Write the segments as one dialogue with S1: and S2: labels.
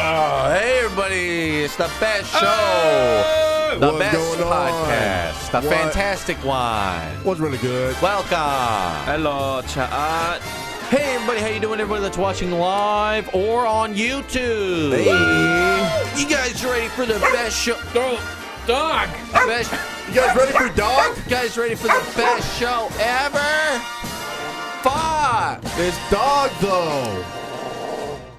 S1: Oh, everybody. It's the best show, the
S2: What's
S1: best
S2: going on?
S1: podcast, the
S2: What?
S1: fantastic one.
S2: Was really good.
S1: Welcome.
S3: Hello, chat.
S1: Hey, everybody. How you doing, everybody that's watching live or on YouTube? You guys ready for the best show?
S3: Oh, dog.
S1: Best,
S2: You guys ready for dog?
S1: you guys ready for the best show ever? Five.
S2: It's dog though.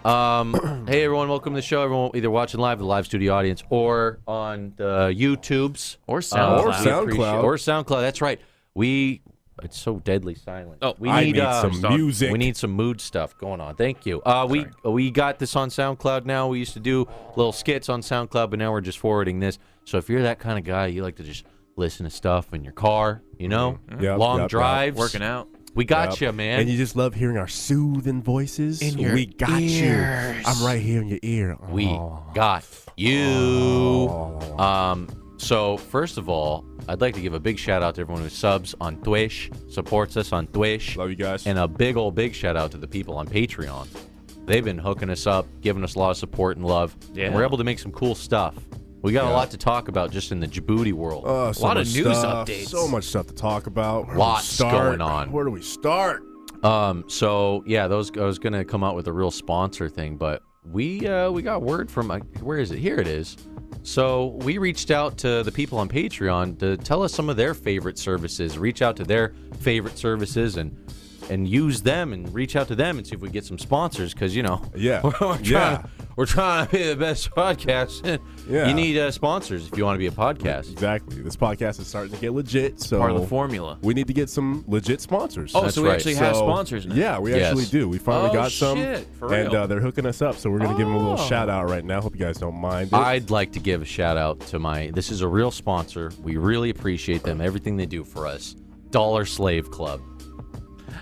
S1: Um, hey everyone, welcome to the show. Everyone either watching live, the live studio audience, or on the YouTubes
S3: Or
S1: Uh,
S3: SoundCloud.
S2: Or
S1: we
S2: SoundCloud.
S1: appreciate- Or SoundCloud. That's right. We. It's so deadly silent.
S3: Oh,
S1: we
S2: I need
S1: uh,
S2: some music.
S1: We need some mood stuff going on. Thank you. Uh, we we got this on SoundCloud now. We used to do little skits on SoundCloud, but now we're just forwarding this. So if you're that kind of guy, you like to just listen to stuff in your car, you know,
S2: Yep,
S1: long
S2: yep, yep.
S1: drives,
S3: Working out.
S1: We got you, man.
S2: And you just love hearing our soothing voices.
S1: In your
S2: we got you. I'm right here in your ear.
S1: We
S2: Aw.
S1: got you. Um, so first of all, I'd like to give a big shout out to everyone who subs on Twitch, supports us on Twitch,
S2: Love you guys.
S1: and a big old big shout out to the people on Patreon. They've been hooking us up, giving us a lot of support and love.
S3: Yeah.
S1: And we're able to make some cool stuff. We got a lot to talk about just in the Djibouti world.
S2: Oh, so
S3: lot
S2: much
S3: of news
S2: stuff,
S3: updates.
S2: So much stuff to talk about. Where do we
S1: Lots
S2: start?
S1: going on.
S2: Where do we start?
S1: Um, so yeah, those I was gonna come out with a real sponsor thing, but we uh, we got word from uh, where is it? Here it is. So we reached out to the people on Patreon to tell us some of their favorite services. Reach out to their favorite services and and use them and reach out to them and see if we get some sponsors because you know
S2: Yeah.
S1: we're trying
S2: Yeah.
S1: we're trying to be the best podcast.
S2: Yeah.
S1: you need uh, sponsors if you want to be a podcast.
S2: Exactly. This podcast is starting to get legit. So
S3: Part of the formula.
S2: We need to get some legit sponsors.
S3: Oh,
S1: That's
S3: so we
S1: right.
S3: actually have
S2: So,
S3: sponsors now.
S2: Yeah, we
S1: Yes.
S2: actually do. We finally
S3: Oh,
S2: got some,
S3: shit, for
S2: and
S3: real.
S2: uh, they're hooking us up. So we're gonna give them a little
S3: Oh.
S2: shout out right now. Hope you guys don't mind. It.
S1: I'd like to give a shout out to my. This is a real sponsor. We really appreciate them, everything they do for us. Dollar Slave Club.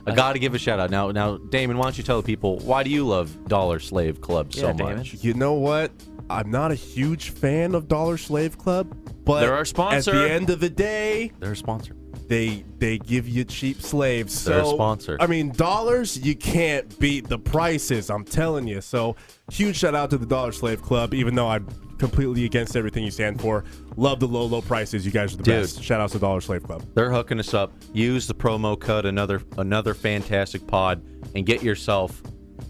S1: I got to give a shout out now. Now, Damon, why don't you tell the people why do you love Dollar Slave Club so
S3: Yeah,
S1: much?
S3: Damon.
S2: you know what? I'm not a huge fan of Dollar Slave Club, but
S3: They're our sponsor.
S2: At the end of the day,
S1: They're a sponsor.
S2: they they give you cheap slaves.
S1: They're a
S2: so,
S1: sponsor.
S2: I mean, dollars you can't beat the prices. I'm telling you. So huge shout out to the Dollar Slave Club. Even though I'm completely against everything you stand for, love the low low prices. You guys are the
S1: Dude.
S2: best. Shout out to Dollar Slave Club.
S1: They're hooking us up. Use the promo code another another fantastic pod and get yourself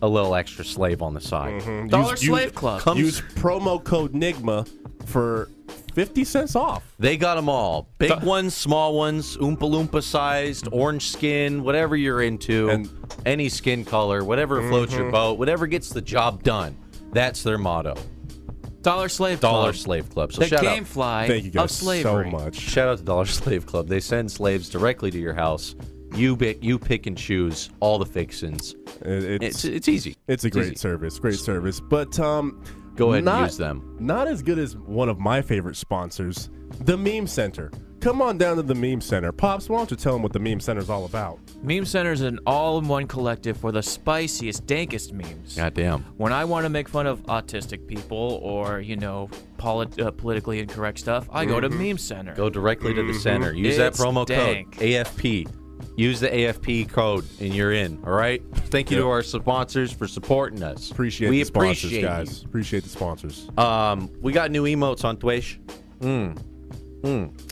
S1: a little extra slave on the side.
S3: Dollar
S2: Use- use-
S3: Slave Club.
S1: Come-
S2: Use promo code Nigma for fifty cents off.
S1: They got them all. Big ones, small ones, Oompa Loompa sized, orange skin, whatever you're into,
S2: And- Mm-hmm.
S1: any skin color, whatever floats your boat, whatever gets the job done. That's their motto.
S3: Dollar Slave
S1: Dollar
S3: Club.
S1: Slave Club. So
S3: The
S1: shout
S3: game
S1: out.
S3: fly
S2: Thank you
S3: of
S2: guys so
S3: slavery.
S2: much.
S1: Shout out to Dollar Slave Club. They send slaves directly to your house. You pick, you pick and choose all the fixins.
S2: It-
S1: It's
S2: it's
S1: it's easy.
S2: it's a great
S1: easy.
S2: service, great service. But um,
S1: Go ahead and
S2: not-
S1: use them.
S2: Not as good as one of my favorite sponsors, the Meme Center. Come on down to the Meme Center, pops. Why don't you tell them what the Meme Center's all about?
S3: Meme Center is an all-in-one collective for the spiciest, dankest memes.
S1: Goddamn.
S3: When I want to make fun of autistic people or, you know, polit- uh, politically incorrect stuff, I go to Meme Center.
S1: Mm-hmm. Go directly to
S2: Mm-hmm.
S1: the center. Use that
S3: It's
S1: promo
S3: dank.
S1: code AFP. Use the AFP code and you're in. All right. Thank you to
S2: Yep.
S1: our sponsors for supporting us.
S2: Appreciate
S1: we
S2: the sponsors,
S1: appreciate
S2: guys. Appreciate the sponsors.
S1: you. Um, we got new emotes on Twitch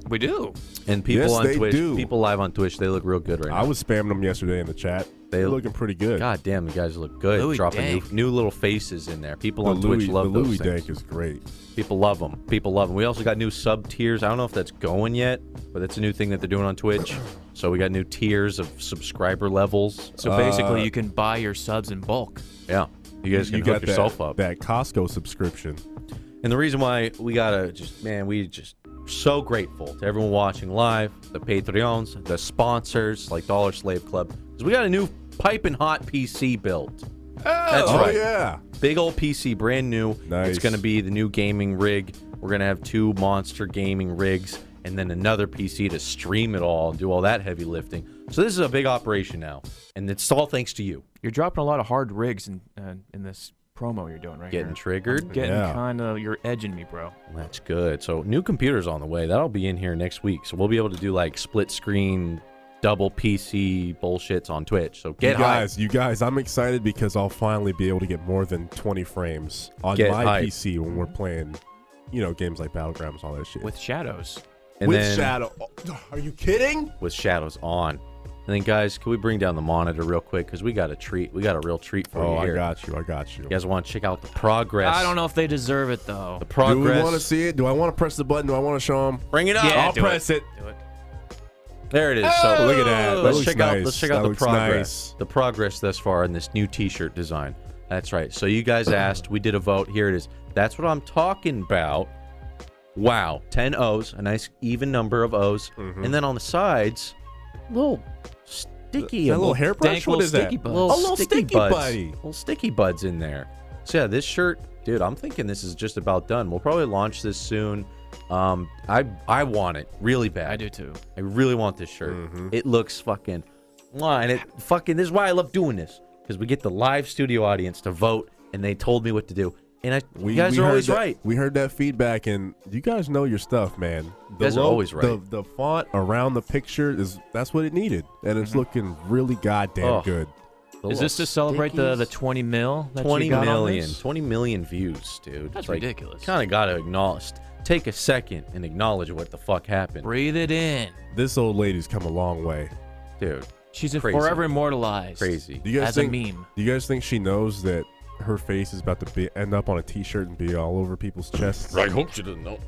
S3: we do.
S1: and people
S2: Yes,
S1: on
S2: they
S1: Twitch.
S2: do.
S1: People live on Twitch. They look real good right
S2: I
S1: now.
S2: was spamming them yesterday in the chat.
S1: They-
S2: They're looking pretty good.
S1: God damn, you guys look good.
S3: Louis
S1: Dropping new,
S3: Dank.
S1: new little faces in there. People
S2: the
S1: on
S2: Louis,
S1: Twitch love
S2: the
S1: those
S2: Louis
S1: things.
S2: Dank is great.
S1: People love them. People love them. We also got new sub tiers. I don't know if that's going yet, but that's a new thing that they're doing on Twitch. So we got new tiers of subscriber levels.
S3: So basically, you can buy your subs in bulk.
S1: Yeah. You guys can
S2: you
S1: hook
S2: got that-
S1: yourself up.
S2: that Costco subscription.
S1: And the reason why we gotta just, man, we just so grateful to everyone watching live, the Patreons, the sponsors like Dollar Slave Club, because we got a new piping hot PC built. That's
S2: oh
S1: right.
S2: yeah.
S1: Big old PC, brand new.
S2: Nice.
S1: It's gonna be the new gaming rig. We're gonna have two monster gaming rigs and then another PC to stream it all and do all that heavy lifting. So this is a big operation now, and it's all thanks to you.
S3: You're dropping a lot of hard rigs in uh, in this promo you're doing right
S1: Getting
S3: here.
S1: triggered.
S3: Getting
S2: Yeah.
S3: kind of, you're edging me, bro.
S1: That's good. So new computers on the way. That'll be in here next week. So we'll be able to do like split screen double PC bullshits on Twitch. So get
S2: you
S1: high.
S2: guys, you guys, I'm excited because I'll finally be able to get more than 20 frames on
S1: Get
S2: my
S1: hype.
S2: PC when we're playing, you know, games like Battlegrounds and all that shit.
S3: with shadows.
S1: And
S2: With
S1: then-
S2: Shadow. Oh, Are you kidding?
S1: with shadows on. And then, guys, can we bring down the monitor real quick? Because we got a treat. We got a real treat for
S2: Oh,
S1: you
S2: I
S1: here.
S2: got you. I got you.
S1: You guys want to check out the progress?
S3: I don't know if they deserve it though.
S1: The
S2: Do we
S1: progress.
S2: want to see it? Do I want to press the button? Do I want to show them?
S1: Bring it up.
S3: Yeah,
S2: I'll
S3: do
S2: press it.
S3: Do it.
S1: There it is. So
S2: Look at Oh. that. That
S1: Let's
S2: looks
S1: check out.
S2: nice.
S1: Let's check
S2: That
S1: out the
S2: looks
S1: progress.
S2: nice.
S1: The progress thus far in this new T-shirt design. That's right. So you guys asked. We did a vote. Here it is. That's what I'm talking about. Wow, 10 O's, a nice even number of O's,
S2: Mm-hmm.
S1: and then on the sides, little sticky,
S2: That
S1: a
S2: little hairbrush?
S3: dank
S2: What
S3: little
S2: is that?
S3: sticky bun.
S1: little,
S2: A little
S1: sticky,
S2: sticky
S1: buds,
S2: buddy.
S1: little sticky buds in there. So yeah, this shirt, dude, I'm thinking this is just about done. We'll probably launch this soon. Um, I I want it really bad.
S3: I do too.
S1: I really want this shirt.
S2: Mm-hmm.
S1: It looks fucking, mwah, and it fucking. This is why I love doing this because we get the live studio audience to vote, and they told me what to do, and I. you guys are
S2: heard
S1: always
S2: that-
S1: right.
S2: We heard that feedback, and you guys know your stuff, man. The
S1: guys are always right.
S2: The, the font around the picture is that's what it needed, and
S1: Mm-hmm.
S2: it's looking really goddamn
S1: Oh.
S2: good.
S1: The
S3: Is
S1: little
S3: this to celebrate the, the 20 mil? That you
S1: 20
S3: got on
S1: million,
S3: this?
S1: 20 million views, dude.
S3: That's ridiculous.
S1: Kind of got to acknowledge. Take a second and acknowledge what the fuck happened,
S3: Breathe it in.
S2: This old lady's come a long way.
S1: dude.
S3: She's a
S1: Crazy.
S3: forever immortalized.
S1: Crazy.
S2: Do you guys
S3: As a
S2: think?
S3: meme.
S2: Do you guys think she knows that her face is about to be, end up on a T-shirt and be all over people's chests?
S1: I hope you didn't know.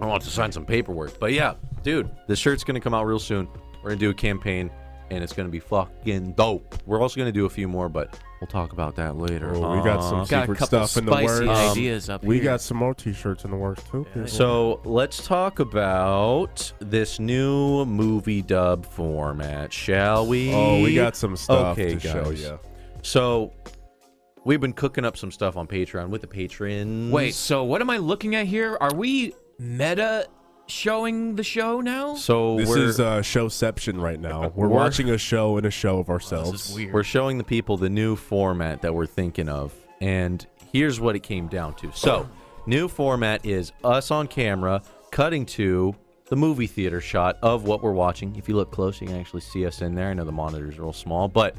S1: I want to sign some paperwork, but yeah, dude, the shirt's gonna come out real soon. We're gonna do a campaign, and it's gonna be fucking dope. We're also gonna do a few more, but we'll talk about that later.
S2: Oh, we got some
S1: Uh,
S3: Uh-huh. Got a
S2: secret
S3: couple
S2: stuff in the works. Um,
S3: spicy ideas up
S2: we
S3: here.
S2: got some more T-shirts in the works too. people.
S1: So let's talk about this new movie dub format, shall we?
S2: oh, we got some stuff
S1: okay,
S2: to show
S1: guys.
S2: you.
S1: So we've been cooking up some stuff on Patreon with the patrons.
S3: Wait, so what am I looking at here? Are we meta showing the show now?
S1: so
S2: This
S1: we're
S2: is uh, showception right now. We're,
S1: We're-
S2: watching a show and a show of ourselves.
S3: this is weird.
S1: We're showing the people the new format that we're thinking of, and here's what it came down to. So, new format is us on camera cutting to the movie theater shot of what we're watching. If you look close, you can actually see us in there. I know the monitors are real small, but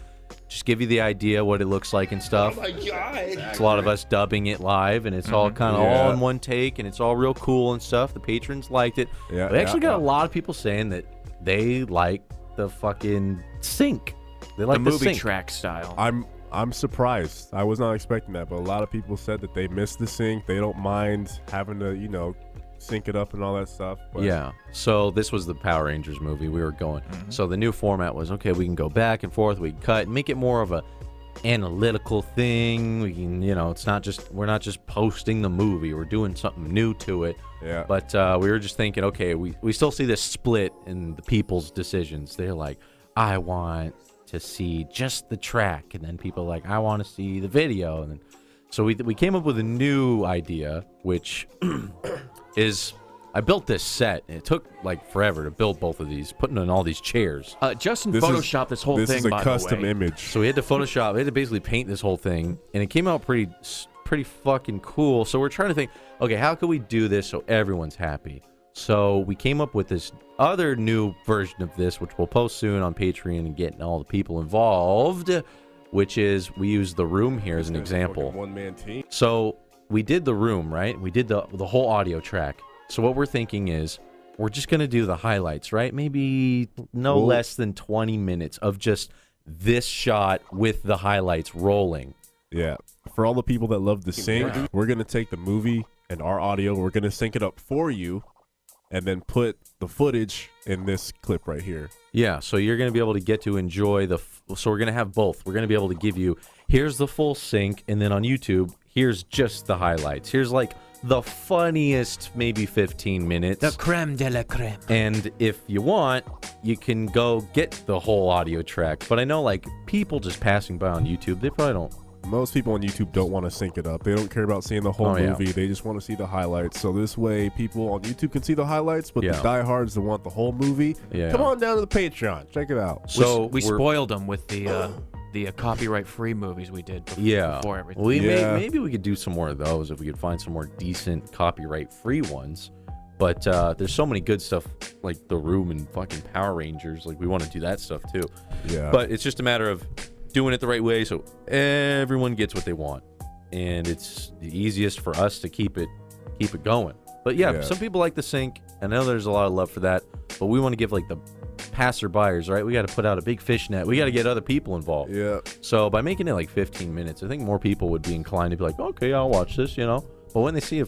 S1: just give you the idea what it looks like and stuff. Oh my god! It's a lot of us dubbing it live, and it's all kind of all
S2: Mm-hmm. Yeah.
S1: in one take, and it's all real cool and stuff. The patrons liked it.
S2: Yeah,
S1: we actually
S2: yeah,
S1: got a
S2: yeah.
S1: lot of people saying that they like the fucking sync. They like
S3: the movie
S1: sync.
S3: track style.
S2: I'm I'm surprised. I was not expecting that, but a lot of people said that they miss the sync. They don't mind having to, you know, sync it up and all that stuff. But
S1: Yeah. So this was the Power Rangers movie we were going.
S3: Mm-hmm.
S1: So the new format was okay, we can go back and forth, we can cut, make it more of a analytical thing. We can, you know, it's not just we're not just posting the movie, we're doing something new to it.
S2: Yeah.
S1: But uh, we were just thinking, okay, we, we still see this split in the people's decisions. They're like, I want to see just the track, and then people are like, I want to see the video, and then so we we came up with a new idea, which is I built this set. and It took like forever to build both of these, putting in all these chairs.
S3: uh, Justin
S2: This is-
S3: photoshopped this whole
S2: this
S3: thing
S2: is a
S3: by
S2: custom
S3: the way.
S2: image.
S1: So we had to Photoshop. We had to basically paint this whole thing, and it came out pretty, s- pretty fucking cool. So we're trying to think, okay, how can we do this so everyone's happy? So we came up with this other new version of this, which we'll post soon on Patreon and getting all the people involved. Which is we use the room here as an example.
S2: One man team.
S1: So we did the room, right? We did the the whole audio track. So what we're thinking is we're just gonna do the highlights, right? Maybe no
S2: Well-
S1: less than 20 minutes of just this shot with the highlights rolling.
S2: Yeah. For all the people that love the sync, we're gonna take the movie and our audio. We're gonna sync it up for you, and then put the footage in this clip right here.
S1: Yeah, so you're going to be able to get to enjoy the. F- so we're going to have both. We're going to be able to give you here's the full sync, and then on YouTube, here's just the highlights. Here's like the funniest maybe 15 minutes.
S3: The creme de la creme.
S1: And if you want, you can go get the whole audio track. But I know, like, people just passing by on YouTube, they probably don't.
S2: Most people on YouTube don't want to sync it up. They don't care about seeing the whole
S1: Oh, yeah.
S2: movie. They just want to see the highlights. So this way, people on YouTube can see the highlights, but
S1: Yeah.
S2: the diehards that want the whole movie,
S1: Yeah.
S2: come on down to the Patreon. Check it out.
S1: So
S3: we, we
S1: we're-
S3: spoiled them with the uh, the uh, copyright free movies we did before,
S1: Yeah.
S3: before everything.
S1: We may,
S2: Yeah.
S1: maybe we could do some more of those if we could find some more decent copyright free ones. But uh, there's so many good stuff like the room and fucking Power Rangers. Like we want to do that stuff too.
S2: Yeah.
S1: But it's just a matter of doing it the right way so everyone gets what they want, and it's the easiest for us to keep it keep it going. But yeah,
S2: Yeah.
S1: some people like the sink. I know there's a lot of love for that, but we want to give like the passerbyers, right? We got to put out a big fish net. We got to get other people involved.
S2: Yeah.
S1: So by making it like 15 minutes, I think more people would be inclined to be like, okay, I'll watch this, you know. But when they see a,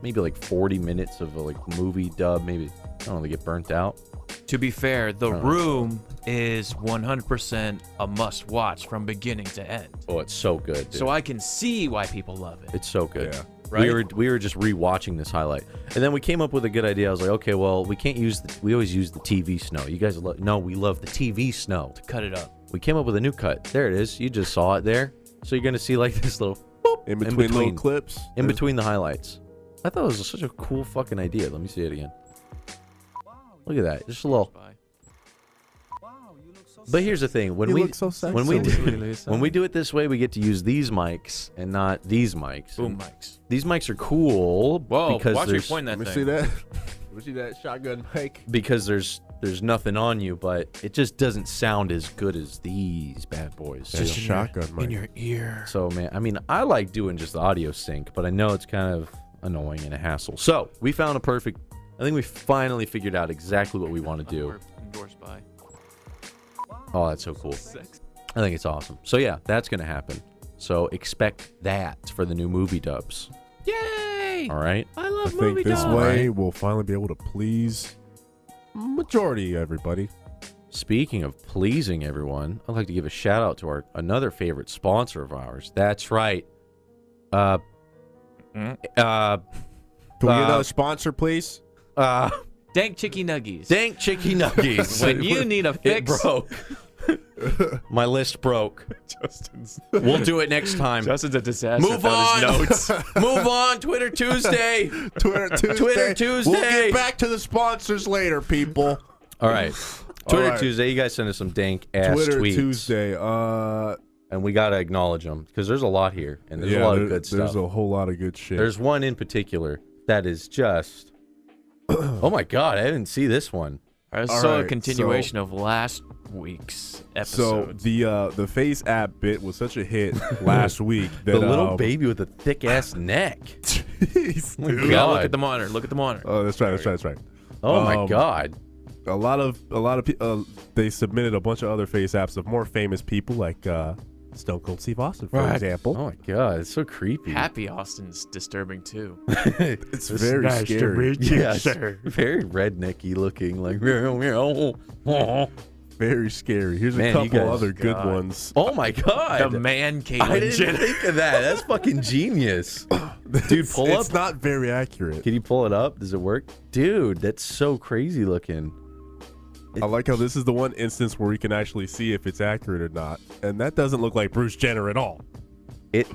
S1: maybe like 40 minutes of a like movie dub, maybe I don't know, they get burnt out.
S3: To be fair, The Room is 100% a must watch from beginning to end.
S1: Oh, it's so good. Dude.
S3: So I can see why people love it.
S1: It's so good.
S2: Yeah.
S1: We
S3: Right?
S1: were we were just rewatching this highlight, and then we came up with a good idea. I was like, okay, well, we can't use the, we always use the TV snow. You guys love no, we love the TV snow.
S3: Cut it up.
S1: We came up with a new cut. There it is. You just saw it there. So you're gonna see like this little boop
S2: In between, little
S1: between-
S2: clips.
S1: in
S2: There's-
S1: between the highlights. I thought it was such a cool fucking idea. Let me see it again. Look at that. Just a little.
S3: Bye.
S1: But here's the thing: when
S2: You
S1: we
S2: look so sexy.
S1: when we do,
S3: Really
S1: when we do it this way, we get to use these mics and not these mics.
S3: Boom mics.
S1: These mics are cool
S3: Whoa,
S1: because
S3: watch me
S1: there's
S3: point that
S2: Let me
S3: thing.
S2: see that. Let me see that shotgun mic.
S1: because there's there's nothing on you, but it just doesn't sound as good as these bad boys.
S2: That's
S1: do.
S2: a shotgun mic.
S3: In your ear.
S1: So man, I mean, I like doing just the audio sync, but I know it's kind of annoying and a hassle. So we found a perfect. I think we finally figured out exactly what we want to do.
S3: We're Endorsed by.
S1: Oh, that's so cool. I think it's awesome. So yeah, that's gonna happen. So expect that for the new movie dubs.
S3: Yay!
S1: All right.
S3: I
S2: I
S3: love
S2: think
S3: movie
S2: this
S3: dogs.
S2: way we'll finally be able to please majority everybody.
S1: Speaking of pleasing everyone, I'd like to give a shout out to our another favorite sponsor of ours. That's right. Uh.
S3: Mm.
S1: Uh.
S2: Can we get
S1: Uh,
S2: another sponsor, please?
S1: Uh.
S3: Dank chicky nuggies.
S1: Dank Chicky Nuggies.
S3: when you need a
S1: It
S3: fix,
S1: broke. My list broke.
S4: Justin's
S1: We'll do it next time.
S4: Justin's a disaster.
S1: Move
S4: without
S1: on.
S4: his notes.
S1: Move on. Twitter Tuesday.
S2: Twitter Tuesday.
S1: Twitter
S2: We'll
S1: Tuesday.
S2: get back to the sponsors later, people.
S1: All right. Twitter
S2: All right.
S1: Tuesday. You guys send us some dank ass
S2: Twitter
S1: tweets,
S2: Tuesday. Uh,
S1: and we gotta acknowledge them because there's a lot here, and there's
S2: yeah,
S1: a lot
S2: there-
S1: of good stuff.
S2: There's a whole lot of good shit.
S1: There's one in particular that is just. oh my god! I didn't see this one.
S3: All right,
S2: All
S3: so
S2: right,
S3: a continuation of last week's
S2: so
S3: episode.
S2: the uh, the face app bit was such a hit last week that
S1: The little
S2: um,
S1: baby with a thick ass neck.
S2: Jeez,
S1: Oh my
S2: dude.
S3: you gotta
S1: God.
S3: look at the monitor. Look at the monitor.
S2: Oh, that's right. That's right. That's right.
S1: Oh my
S2: Um,
S1: god!
S2: a lot of a lot of pe- uh, they submitted a bunch of other face apps of more famous people like uh, Stone Cold Steve Austin, for
S1: Right.
S2: example.
S1: Oh my god! It's so creepy.
S3: Happy Austin's disturbing too.
S2: It's very scary.
S1: yeah, sure. Very rednecky looking, like meow, meow. oh
S2: Very scary. Here's
S1: Man,
S2: a
S1: you
S2: couple
S1: guys
S2: other good
S3: got-
S2: ones.
S1: oh my
S3: the
S1: god!
S3: man
S1: I
S3: Caitlyn
S1: didn't
S3: Jenner.
S1: think of that. That's fucking genius, dude. Pull
S2: it's
S1: up.
S2: not very accurate.
S1: Can you pull it up? Does it work, dude? That's so crazy looking.
S2: I like how this is the one instance where we can actually see if it's accurate or not, and that doesn't look like Bruce Jenner at all.
S1: It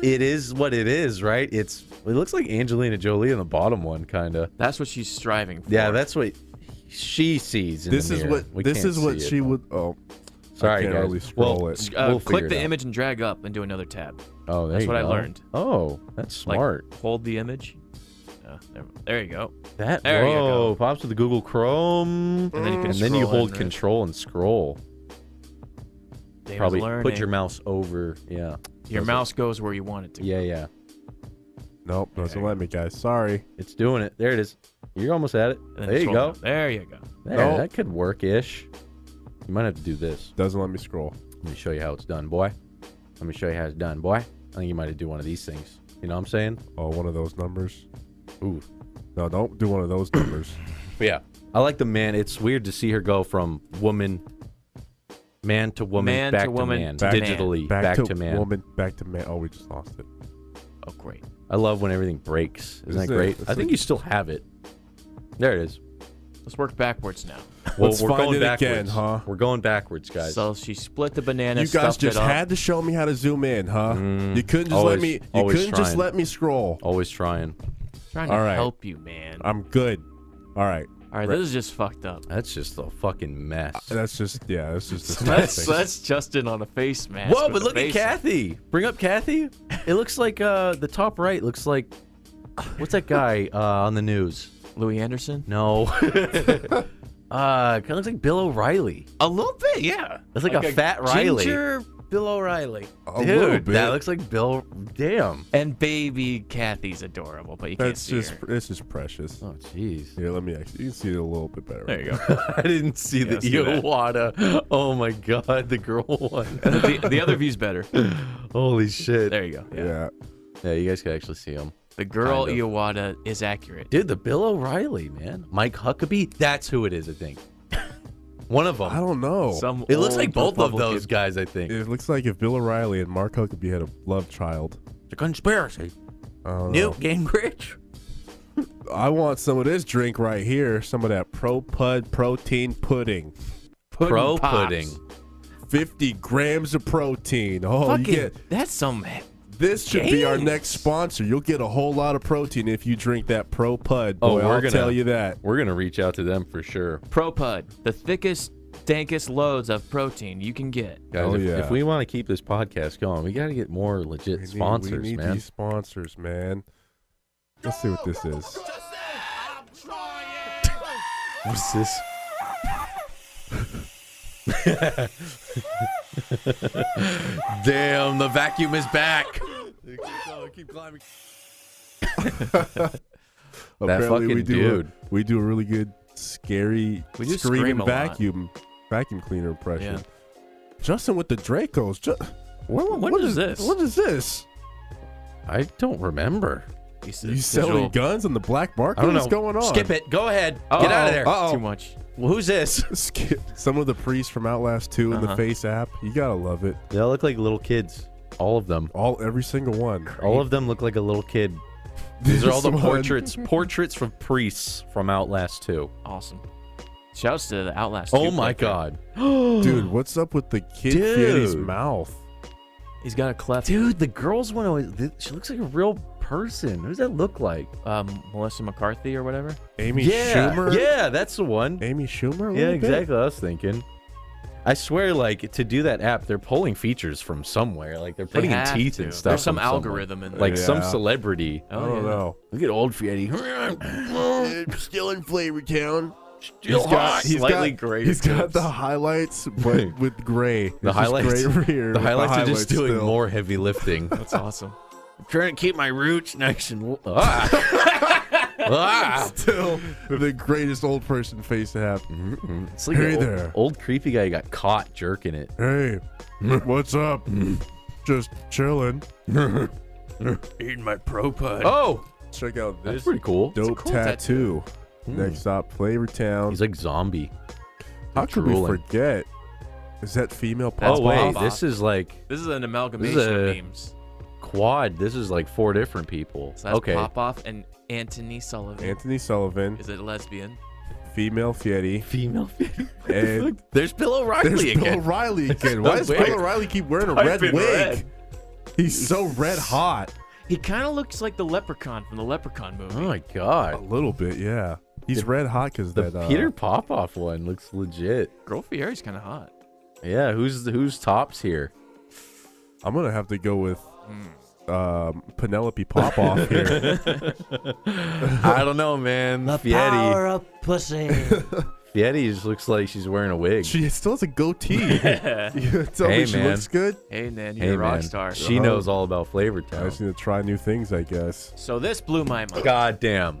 S1: it is what it is, right? It's it looks like Angelina Jolie in the bottom one, kind of.
S3: That's what she's striving for.
S1: Yeah, that's what she sees. In
S2: This
S1: the
S2: is
S1: mirror.
S2: what
S1: We
S2: this
S1: can't
S2: is what
S1: see it.
S2: she would. Oh,
S1: Sorry,
S2: I can't
S1: guys.
S2: really scroll
S1: well,
S2: it.
S3: Uh,
S1: we'll
S3: click
S1: figure
S3: the
S1: it out.
S3: image and drag up into another tab.
S1: Oh, there
S3: That's
S1: you
S3: what I
S1: go.
S3: learned.
S1: Oh, that's
S3: Like,
S1: smart.
S3: hold the image. Uh, there, there you go.
S1: that
S3: there you
S1: whoa
S3: go.
S1: pops with the Google Chrome,
S3: And then you can
S1: and then you
S3: scroll
S1: hold
S3: in, right?
S1: Control and scroll.
S3: David's
S1: Probably
S3: learning.
S1: put your mouse over. Yeah,
S3: Your mouse goes where you want it to.
S1: yeah, yeah.
S2: nope, doesn't let me, guys. Sorry.
S1: It's doing it. There it is. You're almost at it.
S3: And then
S1: There you
S3: scroll
S1: go.
S3: down. There you go.
S1: There,
S2: Nope.
S1: that could work ish. You might have to do this.
S2: Doesn't let me scroll.
S1: Let me show you how it's done, boy. Let me show you how it's done, boy. I think you might have to do one of these things. You know what I'm saying?
S2: Oh, one of those numbers.
S1: Ooh.
S2: No, don't do one of those numbers.
S1: But yeah. I like the man. It's weird to see her go from woman, man to woman,
S3: Man
S1: back
S3: to woman,
S1: man,
S3: back to man.
S1: digitally, back, to, man.
S2: Woman, back to man. Oh, we just lost it.
S3: Oh, great.
S1: I love when everything breaks. Isn't
S2: Isn't
S1: that
S2: it?
S1: great?
S2: It's
S1: I think
S2: like-
S1: you still have it. There it is.
S3: Let's work backwards now.
S1: Well,
S2: Let's
S1: we're
S2: find
S1: going
S2: it
S1: backwards.
S2: again, huh?
S1: We're going backwards, guys.
S3: So she split the banana.
S2: you guys
S3: stuffed it
S2: just
S3: up. Mm.
S2: had to show me how to zoom in, huh? you couldn't just
S1: always-
S2: let me. You
S1: always
S2: couldn't just
S1: trying.
S2: let me scroll.
S1: Always trying.
S3: trying to
S2: All right.
S3: help you, man.
S2: I'm good. All right.
S3: All right, this is just fucked up.
S1: That's just a fucking mess.
S2: That's just yeah. That's just
S3: That's,
S2: disgusting.
S3: that's Justin on a face mask.
S1: Whoa, but
S3: with a
S1: look at
S3: face on.
S1: Kathy. Bring up Kathy. It looks like uh the top right looks like what's that guy uh on the news?
S3: Louis Anderson?
S1: No. uh, kind of looks like Bill O'Reilly.
S4: A little bit, yeah.
S1: It's like, a, fat Riley.
S4: Ginger Bill O'Reilly.
S2: A
S1: Dude,
S2: little bit.
S1: that looks like Bill. Damn.
S3: And baby Kathy's adorable, but you can't
S2: That's
S3: see
S2: just
S3: her.
S2: it's just precious.
S1: Oh, jeez.
S2: Here, let me actually. You can see it a little bit better.
S3: There you go.
S1: I didn't see the
S3: let's do that.
S1: Iowata. Oh my god, the girl one.
S3: the, the other view's better.
S1: Holy shit.
S3: There you go. Yeah.
S2: Yeah.
S1: Yeah, you guys could actually see him.
S3: The girl
S1: Kind
S3: Iwata is accurate.
S1: Dude, the Bill O'Reilly, man. Mike Huckabee. That's who it is, I think. One of
S2: I
S1: them.
S2: don't know.
S3: Some
S1: It looks
S3: old
S1: like both of
S3: Republican-
S1: those guys, I think.
S2: it looks like if Bill O'Reilly and Mark Huckabee had a love child.
S1: It's a conspiracy.
S2: I don't know.
S1: Newt Gingrich.
S2: I want some of this drink right here. Some of that pro pud protein pudding.
S3: Pudding
S1: Pro
S3: Pops.
S1: pudding.
S2: 50 grams of protein. Oh,
S3: Fucking,
S2: you get
S3: that's some.
S2: this should be our
S3: James.
S2: next sponsor. You'll get a whole lot of protein if you drink that pro pud.
S1: Oh,
S2: Boy,
S1: we're
S2: I'll
S1: gonna-
S2: tell you that.
S1: We're gonna reach out to them for sure,
S2: Oh,
S3: ProPud, the thickest, dankest loads of protein you can get.
S1: guys.
S2: Oh,
S1: if,
S2: yeah.
S1: if we want to keep this podcast going, we gotta get more legit
S2: We need-
S1: sponsors,
S2: we need
S1: man.
S2: These sponsors, man. Let's see what this is.
S1: What's this? Damn, the vacuum is back. That fucking
S2: we do
S1: dude.
S2: A, we do a really good scary
S3: We do
S2: screaming
S3: scream a lot.
S2: vacuum vacuum cleaner impression.
S3: Yeah.
S2: Justin with the Dracos. Ju- what,
S3: What is this?
S2: What is this?
S1: I don't remember.
S2: You selling guns on the black market?
S1: I don't know.
S2: What's going on?
S1: Skip it. Go ahead. Get out of there.
S2: Uh-oh.
S3: Too much.
S1: Well, who's this?
S2: Skip. Some of the priests from Outlast 2 in the
S3: Uh-huh.
S2: Face app. You gotta love it.
S1: They all look like little kids. All of them.
S2: All every single one.
S1: All of them look like a little kid. These are all the
S2: This one.
S1: portraits. Portraits from priests from Outlast 2.
S3: Awesome. Shouts to the Outlast.
S1: Oh
S3: Cube
S1: my
S3: Collector.
S1: god.
S2: Dude, what's up with the kid Fieri's
S1: Dude.
S2: mouth?
S3: He's got a cleft.
S1: Dude, the girl's one always. th- She looks like a real person. Who does that look like?
S3: Um, Melissa McCarthy or whatever.
S2: Amy
S1: yeah,
S2: Schumer?
S1: yeah, that's the one.
S2: Amy
S1: Yeah,
S2: Schumer? a little bit?
S1: exactly. I was thinking. I swear, like to do that app, they're pulling features from somewhere. Like they're putting in
S3: have
S1: teeth
S3: to.
S1: and stuff.
S3: There's some
S1: from somewhere.
S3: algorithm in there. Oh.
S1: like some
S2: Yeah.
S1: celebrity.
S2: I don't
S3: yeah.
S2: know.
S1: Look at old Freddy.
S2: Still in Flavor Town.
S1: Still hot, slightly
S2: got,
S1: gray.
S2: He's got the highlights, but with gray.
S1: The highlights,
S2: Gray rear
S1: the
S2: with
S1: highlights are just doing
S2: still.
S1: more heavy lifting.
S3: That's awesome.
S1: trying to keep my roots nice and ah. ah.
S2: Still the greatest old person face to have.
S1: It's like an
S2: Hey
S1: old,
S2: there.
S1: old creepy guy got caught jerking it.
S2: Hey, what's up? Just chilling.
S4: Eating my pro pud.
S1: Oh,
S2: Check out
S1: that's pretty cool. Hmm.
S2: dope
S3: cool
S2: tattoo.
S3: tattoo.
S2: Next stop, Flavor Town.
S1: He's like zombie.
S2: How could we
S1: drooling.
S2: forget? Is that female
S3: That's
S1: oh
S3: what I
S1: wait,
S3: thought.
S1: this is like
S3: This is an amalgamation
S1: a-
S3: of memes.
S1: quad. This is like four different people.
S3: So that's
S1: okay,
S3: Pop Off and Anthony Sullivan.
S2: Anthony Sullivan,
S3: is it lesbian?
S2: female Fieri.
S1: female.
S2: And-
S1: And there's Bill O'Reilly
S2: There's
S1: again.
S2: Bill O'Reilly again. Why does
S1: wig.
S2: Bill O'Reilly keep wearing a red
S4: Pipe
S2: wig?
S4: in red.
S2: He's so red hot.
S3: He kind of looks like the leprechaun from the Leprechaun movie.
S1: oh my
S2: A
S1: god,
S2: little bit, yeah. He's red hot because
S1: the
S2: that uh,
S1: Peter Popoff one looks legit.
S3: Girl Fieri's kind of hot.
S1: Yeah, who's who's tops here?
S2: I'm gonna have to go with
S1: Hmm.
S2: um, Penelope Popoff here.
S1: I don't know, man. Fieri.
S4: up pussy.
S1: Fieri just looks like she's wearing a wig.
S2: she still has a goatee. You tell
S1: Hey,
S2: me she
S1: man.
S2: looks good.
S3: Hey man, you're
S1: hey
S3: a rock
S1: man,
S3: star.
S1: she
S2: Oh.
S1: knows all about Flavor
S2: I
S1: Town.
S2: just need to try new things, I guess.
S3: so this blew my mind.
S1: God damn.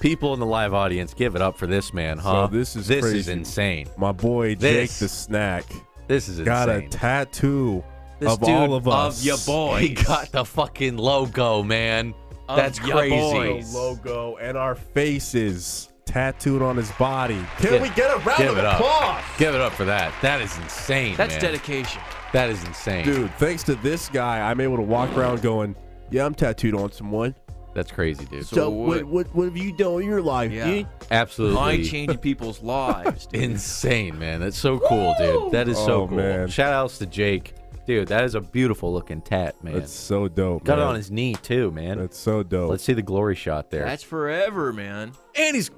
S1: People in the live audience, give it up for this man, huh?
S2: this is
S1: this is
S2: crazy.
S1: insane.
S2: My boy Jake
S1: This
S2: the Snack
S1: This is
S2: got a
S1: insane.
S2: tattoo
S3: This
S2: of
S3: dude
S2: all of us.
S3: Of your boy.
S1: he got the fucking logo, man.
S3: Of
S1: That's
S3: ya
S1: crazy.
S3: boys.
S2: logo and our faces tattooed on his body. Can
S1: Yeah.
S2: we get a round
S1: Give
S2: of
S1: it up.
S2: applause?
S1: Give it up for that. That is insane.
S3: That's
S1: man.
S3: dedication.
S1: That is insane.
S2: Dude, thanks to this guy, I'm able to walk around going, "Yeah, I'm tattooed on someone."
S1: That's crazy, dude.
S3: So- what-
S2: what what have you done in your life?
S3: Yeah. dude?
S1: Absolutely
S3: I changed people's lives. Dude.
S1: insane, man. That's so cool, dude. That is so
S2: Oh,
S1: cool.
S2: man.
S1: Shout outs to Jake. Dude, that is a beautiful looking tat, man.
S2: That's so dope.
S1: got it
S2: man.
S1: on his knee too, man.
S2: That's so dope.
S1: Let's see the glory shot there.
S3: That's forever, man.
S1: and he's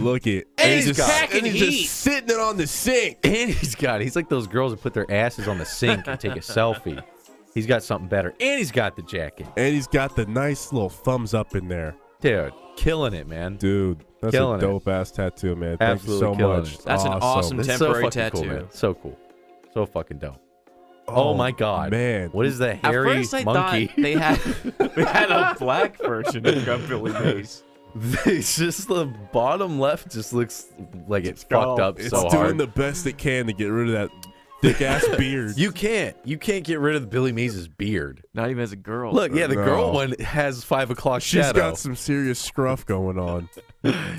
S2: Look it.
S1: And he's
S2: just,
S1: got-
S2: and he's
S3: heat.
S2: just sitting it on the sink.
S1: And he's got, he's like those girls that put their asses on the sink and take a selfie. He's got something better. And he's got the jacket.
S2: And he's got the nice little thumbs up in there.
S1: Dude, killing it, man.
S2: Dude, that's
S1: Killing
S2: a
S1: it.
S2: dope ass tattoo, man.
S1: Absolutely
S2: Thank you so
S1: killing
S2: much.
S1: it.
S3: That's an awesome
S1: It's
S3: Temporary
S1: so fucking cool,
S3: tattoo.
S1: man. So cool. So fucking dope. Oh, my god.
S2: man.
S1: What is that
S3: At
S1: hairy
S3: first, I
S1: monkey?
S3: thought they had they had a black version of Gunbilly Maze.
S1: it's just the bottom left just looks like it fucked up
S2: Oh, It's
S1: so
S2: doing
S1: hard.
S2: the best it can to get rid of that thick ass beard.
S1: you can't. You can't get rid of Billy Mays' beard.
S3: Not even as a girl.
S1: Look, yeah, the
S2: No.
S1: girl one has five o'clock
S2: She's
S1: shadow.
S2: got some serious scruff going on,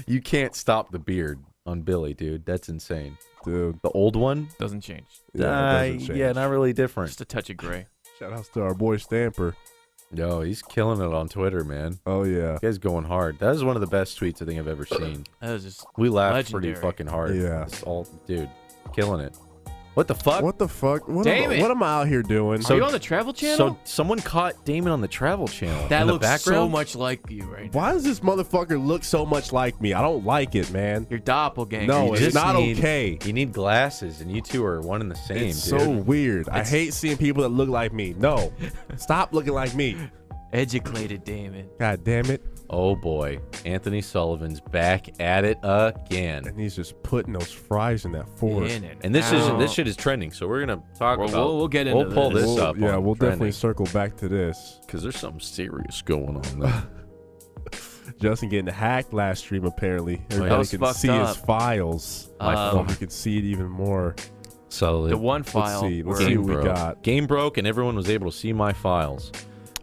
S1: You can't stop the beard on Billy, dude. That's insane.
S2: dude.
S1: The old one?
S3: doesn't change.
S1: Uh,
S2: it doesn't
S1: yeah,
S2: change.
S1: not really different.
S3: Just a touch of gray.
S2: Shout outs to our boy Stamper.
S1: No, he's killing it on Twitter, man.
S2: Oh yeah,
S1: You guys going hard. That is one of the best tweets I think I've ever seen.
S3: That was just
S1: We laughed pretty
S3: Legendary.
S1: fucking hard.
S2: Yeah.
S1: It's all dude, killing it. What the fuck?
S2: What the fuck? What,
S3: Damn
S2: am, I-
S3: it.
S2: what am I out here doing?
S1: So-
S3: Are you on the Travel Channel?
S1: So someone caught Damon on the Travel Channel.
S3: that
S1: in the
S3: looks so
S1: background?
S3: much like you right now.
S2: why does this motherfucker look so much like me? I don't like it, man.
S3: Your doppelganger.
S2: No,
S3: You
S2: it's
S3: just-
S2: not
S1: need-
S2: okay.
S1: You need glasses, and you two are one and the same.
S2: It's
S1: dude.
S2: so weird. I hate seeing people that look like me. No, stop looking like me.
S3: educated, Damon.
S2: God damn it!
S1: Oh boy, Anthony Sullivan's back at it again.
S2: And he's just putting those fries in that fork.
S3: In and,
S1: And this
S3: out.
S1: is this shit is trending, so we're gonna talk
S3: Well,
S1: about.
S3: we'll- we'll get
S1: We'll
S3: into
S1: pull
S2: We'll-
S1: this, up.
S2: yeah, we'll definitely circle back to this.
S1: because there's something serious going on there.
S2: Justin getting hacked last stream apparently.
S1: Oh,
S3: That
S2: Everybody
S3: was
S2: can
S3: fucked
S2: see his
S3: up.
S2: files.
S3: Um,
S2: oh, you can see it even more.
S1: Sully.
S3: The one file.
S2: see, let's
S3: where-
S2: see.
S1: game
S2: we
S1: broke.
S2: got.
S1: Game broke, and everyone was able to see my files.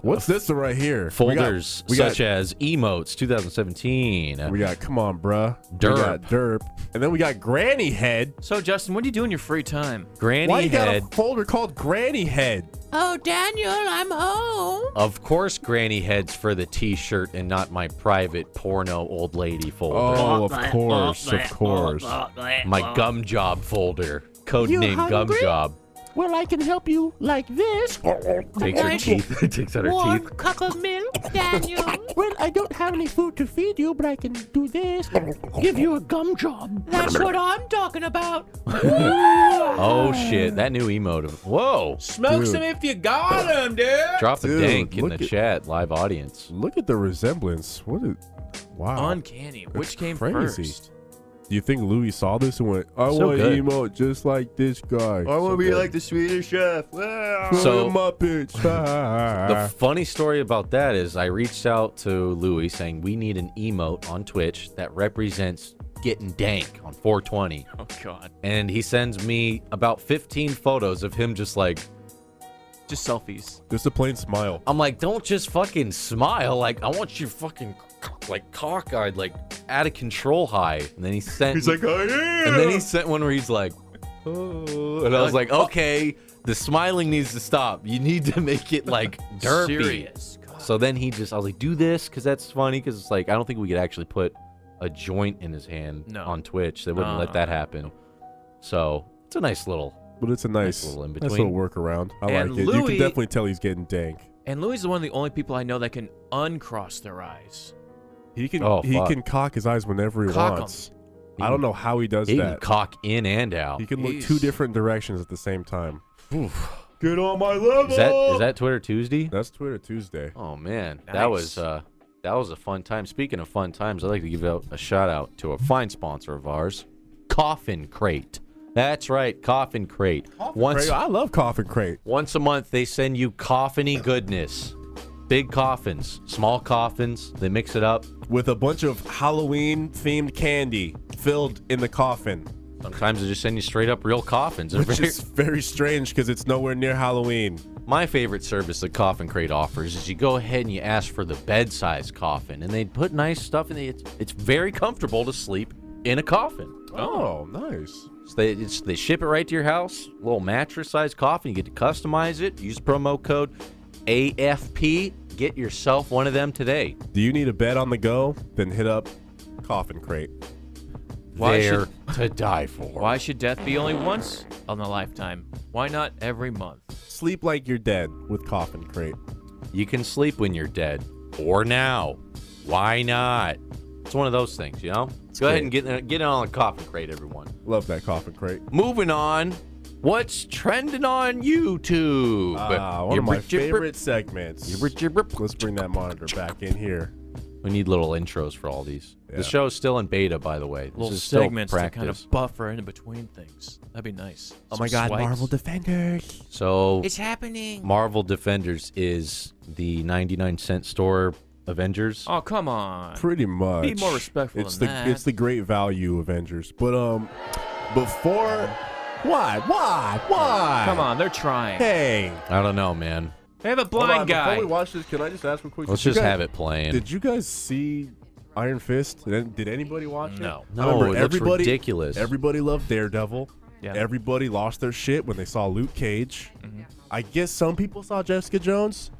S2: What's this one right here? We got-
S1: Folders
S2: we
S1: such
S2: got,
S1: as emotes 2017.
S2: we got come on, bruh.
S1: Derp.
S2: We got derp. And then we got granny head.
S3: So, Justin, what do you do in your free time?
S1: Granny
S2: Why you
S1: Head.
S2: got a folder called granny head?
S5: Oh, Daniel, I'm home.
S1: Of course, Granny Head's for the T-shirt and not my private porno old lady folder.
S2: Oh, of course, of course.
S6: Oh.
S1: My gum job folder, codename gum
S5: hungry?
S1: job.
S5: Well, I can help you like this.
S1: Takes her teeth. takes out her
S5: Warm
S1: teeth.
S5: cup of milk, Daniel. well, I don't have any food to feed you, but I can do this. Give you a gum job. That's what I'm talking about.
S1: Oh shit! That new emote. Of, whoa!
S4: Smoke
S2: Dude.
S4: some if you got 'em, dude.
S1: Drop a
S2: Dude,
S1: dank in
S2: look
S1: the
S2: at-
S1: chat, live audience.
S2: Look at the resemblance. What is? Wow.
S3: Uncanny. Which came
S2: crazy.
S3: first?
S2: Do you think Louis saw this and went, "I
S1: So
S2: want to
S1: good.
S2: emote just like this guy"? I want to be like the Swedish chef.
S1: So-
S2: So Muppets. Uh,
S1: The funny story about that is I reached out to Louis saying we need an emote on Twitch that represents getting dank on 420.
S3: Oh God.
S1: And he sends me about 15 photos of him just like
S3: Just selfies.
S2: just a plain smile.
S1: I'm like, don't just fucking smile. Like, I want you fucking like cockeyed, like out of control high. And then he sent, he's like,
S2: "Oh yeah."
S1: and then he sent one where he's like, oh, and I was like, okay, the smiling needs to stop. You need to make it like derpy.
S3: Serious. God.
S1: So then he just, I was like, do this because that's funny. Because it's like, I don't think we could actually put a joint in his hand
S3: No.
S1: on Twitch. They wouldn't
S3: No,
S1: let
S3: no,
S1: that happen. So it's a nice little.
S2: but it's a nice,
S1: little in
S2: nice little
S1: between.
S2: workaround. I
S3: And
S2: like it. you can
S3: Louis-
S2: definitely tell he's getting dank.
S3: And Louis is one of the only people I know that can uncross their eyes.
S2: He can
S1: Oh,
S2: he
S1: fuck.
S2: can cock his eyes whenever he
S3: Cock 'em.
S2: wants. I don't know how he does
S1: He can
S2: that.
S1: cock in and out.
S2: he can look
S3: Jeez.
S2: two different directions at the same time. Get on my level.
S1: Is that is that Twitter Tuesday?
S2: That's Twitter Tuesday.
S1: Oh man, that was
S3: Nice.
S1: uh, that was a fun time. Speaking of fun times, I'd like to give out a shout out to a fine sponsor of ours, Coffin Crate. That's right, Coffin Crate. once
S2: Craig, I love Coffin Crate.
S1: once a month, they send you coffiny goodness, big coffins, small coffins. They mix it up.
S2: with a bunch of Halloween themed candy filled in the coffin,
S1: Sometimes they just send you straight up real coffins. They're
S2: which
S1: very-
S2: is very strange because it's nowhere near Halloween.
S1: My favorite service that Coffin Crate offers is you go ahead and you ask for the bed size coffin, and they put nice stuff in it. It's, it's very comfortable to sleep in a coffin.
S2: Oh, nice.
S1: So they it's, they ship it right to your house. Little mattress sized coffin. You get to customize it. Use promo code AFP. Get yourself one of them today.
S2: Do you need a bed on the go? Then hit up Coffin Crate.
S3: Why
S1: They're to die for.
S3: Why should death be only once on a lifetime? Why not every month?
S2: Sleep like you're dead with Coffin Crate.
S1: You can sleep when you're dead or now. Why not? It's one of those things, you know. go ahead and get in- get in on the coffin crate, everyone.
S2: Love that Coffin Crate.
S1: Moving on. What's trending on YouTube?
S2: Ah, one of my
S1: Yibber jibber-
S2: favorite segments.
S1: yibber jibber-
S2: Let's bring that monitor back in here.
S1: We need little intros for all these.
S2: Yeah.
S1: The show's still in beta, by the way. This
S3: Little
S1: is still
S3: segments to kind
S1: practice.
S3: of buffer in between things. That'd be nice.
S2: Oh
S3: Some
S2: my God,
S3: swipes.
S2: Marvel Defenders.
S1: So
S4: It's happening.
S1: Marvel Defenders is the 99 cent store Avengers.
S3: Oh come on.
S2: Pretty much.
S3: Be more respectful
S2: It's
S3: than
S2: the
S3: that.
S2: it's the great value Avengers. But um, before, why, why, why?
S3: Come on, they're trying.
S2: Hey,
S1: I don't know, man.
S3: They have a
S2: Hold
S3: blind
S2: on,
S3: guy.
S2: Before we watch this, can I just ask real quick?
S1: Let's
S2: did you
S1: just
S2: guys-
S1: have it playing.
S2: Did you guys see Iron Fist? Did did anybody watch
S3: No.
S2: it? I
S1: No,
S2: remember
S1: it looks
S2: everybody,
S1: ridiculous.
S2: Everybody loved Daredevil.
S3: Yeah. Mm-hmm.
S2: Everybody lost their shit when they saw Luke Cage. I guess some people saw Jessica Jones.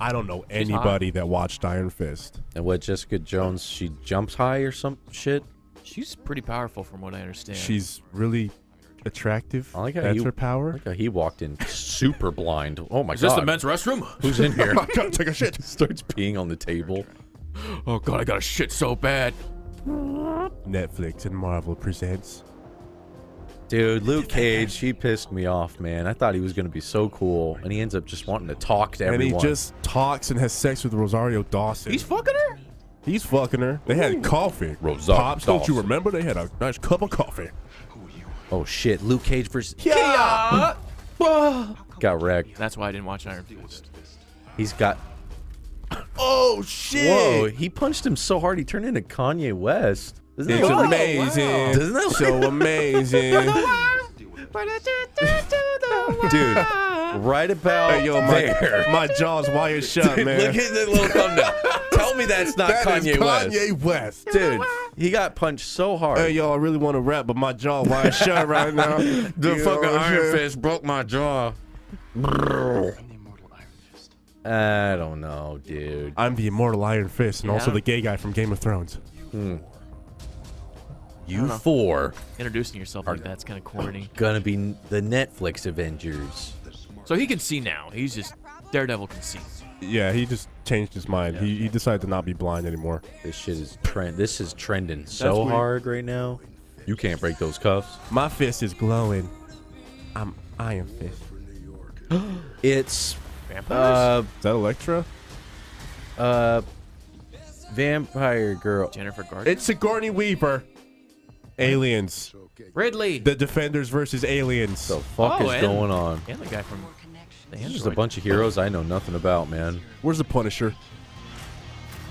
S2: I don't know
S3: hot.
S2: anybody that watched Iron Fist.
S1: and what Jessica Jones, she jumps high or some shit.
S3: She's pretty powerful, from what I understand.
S2: She's really attractive.
S1: I like how
S2: That's
S1: you-
S2: her power.
S1: Look how he walked in super blind. Oh my
S4: Is
S1: god.
S4: this the men's restroom?
S1: Who's in here?
S2: Gotta take a shit.
S1: Starts peeing on the table.
S4: Oh god, I got a shit so bad.
S2: Netflix and Marvel presents.
S1: Dude, Luke Cage, he pissed me off, man. I thought he was gonna be so cool, and he ends up just wanting to talk to everyone.
S2: And he just talks and has sex with Rosario Dawson.
S4: He's fucking her?
S2: He's fucking her. They had coffee.
S1: Rosario
S2: Pops, don't you
S1: Dawson.
S2: remember? They had a nice cup of coffee.
S1: oh shit, Luke Cage versus
S2: Yeah.
S1: got wrecked.
S3: That's why I didn't watch Iron Fist.
S1: He's got
S2: Oh shit.
S1: whoa. He punched him so hard he turned into Kanye West. Isn't that
S2: It's
S1: wild?
S2: amazing.
S1: Doesn't that-
S2: so amazing.
S1: dude? Right about
S2: Hey, yo,
S1: there.
S2: my, my jaw's wired shut, man.
S1: Look at that little thumbnail. Tell me that's not
S2: That
S1: Kanye, Uh, West.
S2: is Kanye West.
S1: Dude, he got punched so hard.
S2: Hey, yo, I really want to rap, but my jaw wired shut right now.
S4: The
S2: You know
S4: fucking
S2: what I'm
S4: Iron
S2: saying?
S4: Fist broke my jaw.
S1: I don't know, dude.
S2: I'm the immortal Iron Fist and
S3: Yeah, I
S2: also the
S3: don't-
S2: gay guy from Game of Thrones.
S1: You four
S3: Introducing yourself like that's kind of corny.
S1: gonna be n- the Netflix Avengers.
S3: So he can see now. He's just Daredevil can see.
S2: Yeah, he just changed his mind. He, he decided to not be blind anymore.
S1: This shit is trend. This is trending so
S2: weird.
S1: hard right now. You can't break those cuffs.
S2: My fist is glowing. I'm Iron Fist.
S1: It's
S3: Vampires.
S1: uh
S2: Is that Electra?
S1: uh vampire girl.
S3: Jennifer Gardner.
S2: It's Sigourney Weaver. Aliens.
S3: Ridley.
S2: The Defenders versus Aliens.
S1: The fuck
S3: Oh,
S1: is
S3: and-
S1: going on?
S3: and the guy from the
S1: There's
S3: Android.
S1: just a bunch of heroes I know nothing about, man.
S2: Where's the Punisher?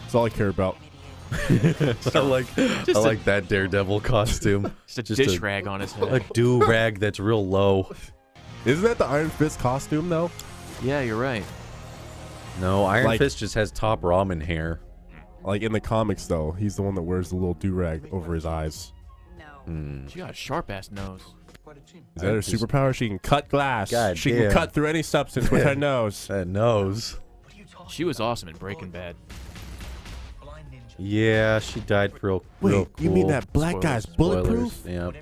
S2: That's all I care about.
S1: I like I
S3: a-
S1: like that daredevil costume.
S3: Just a dish rag on his head.
S1: a do rag that's real low.
S2: Isn't that the Iron Fist costume though?
S3: yeah, you're right.
S1: No, Iron
S2: Like-
S1: Fist just has top ramen hair.
S2: Like in the comics though, he's the one that wears the little do rag over his eyes.
S3: She got a sharp ass nose.
S2: Is that her
S1: That is-
S2: superpower? She can cut glass.
S1: God
S2: she can
S1: damn.
S2: cut through any substance with her nose.
S1: That nose.
S3: She was awesome in Breaking Bad.
S1: Yeah, she died real. real cool.
S2: black
S1: Spoilers, Yep.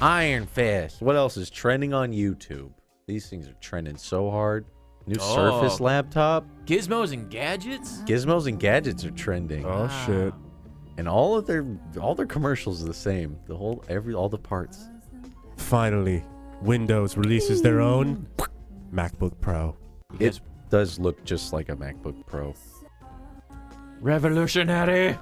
S1: Iron Fist. What else is trending on YouTube? These things are trending so hard. New
S3: Oh.
S1: Surface laptop.
S3: Gizmos and gadgets.
S1: Gizmos and gadgets are trending,
S2: Oh shit.
S1: and all of their all their commercials are the same. The whole every all the parts.
S2: Finally, Windows releases their own MacBook Pro.
S1: It does look just like a MacBook Pro.
S3: Revolutionary.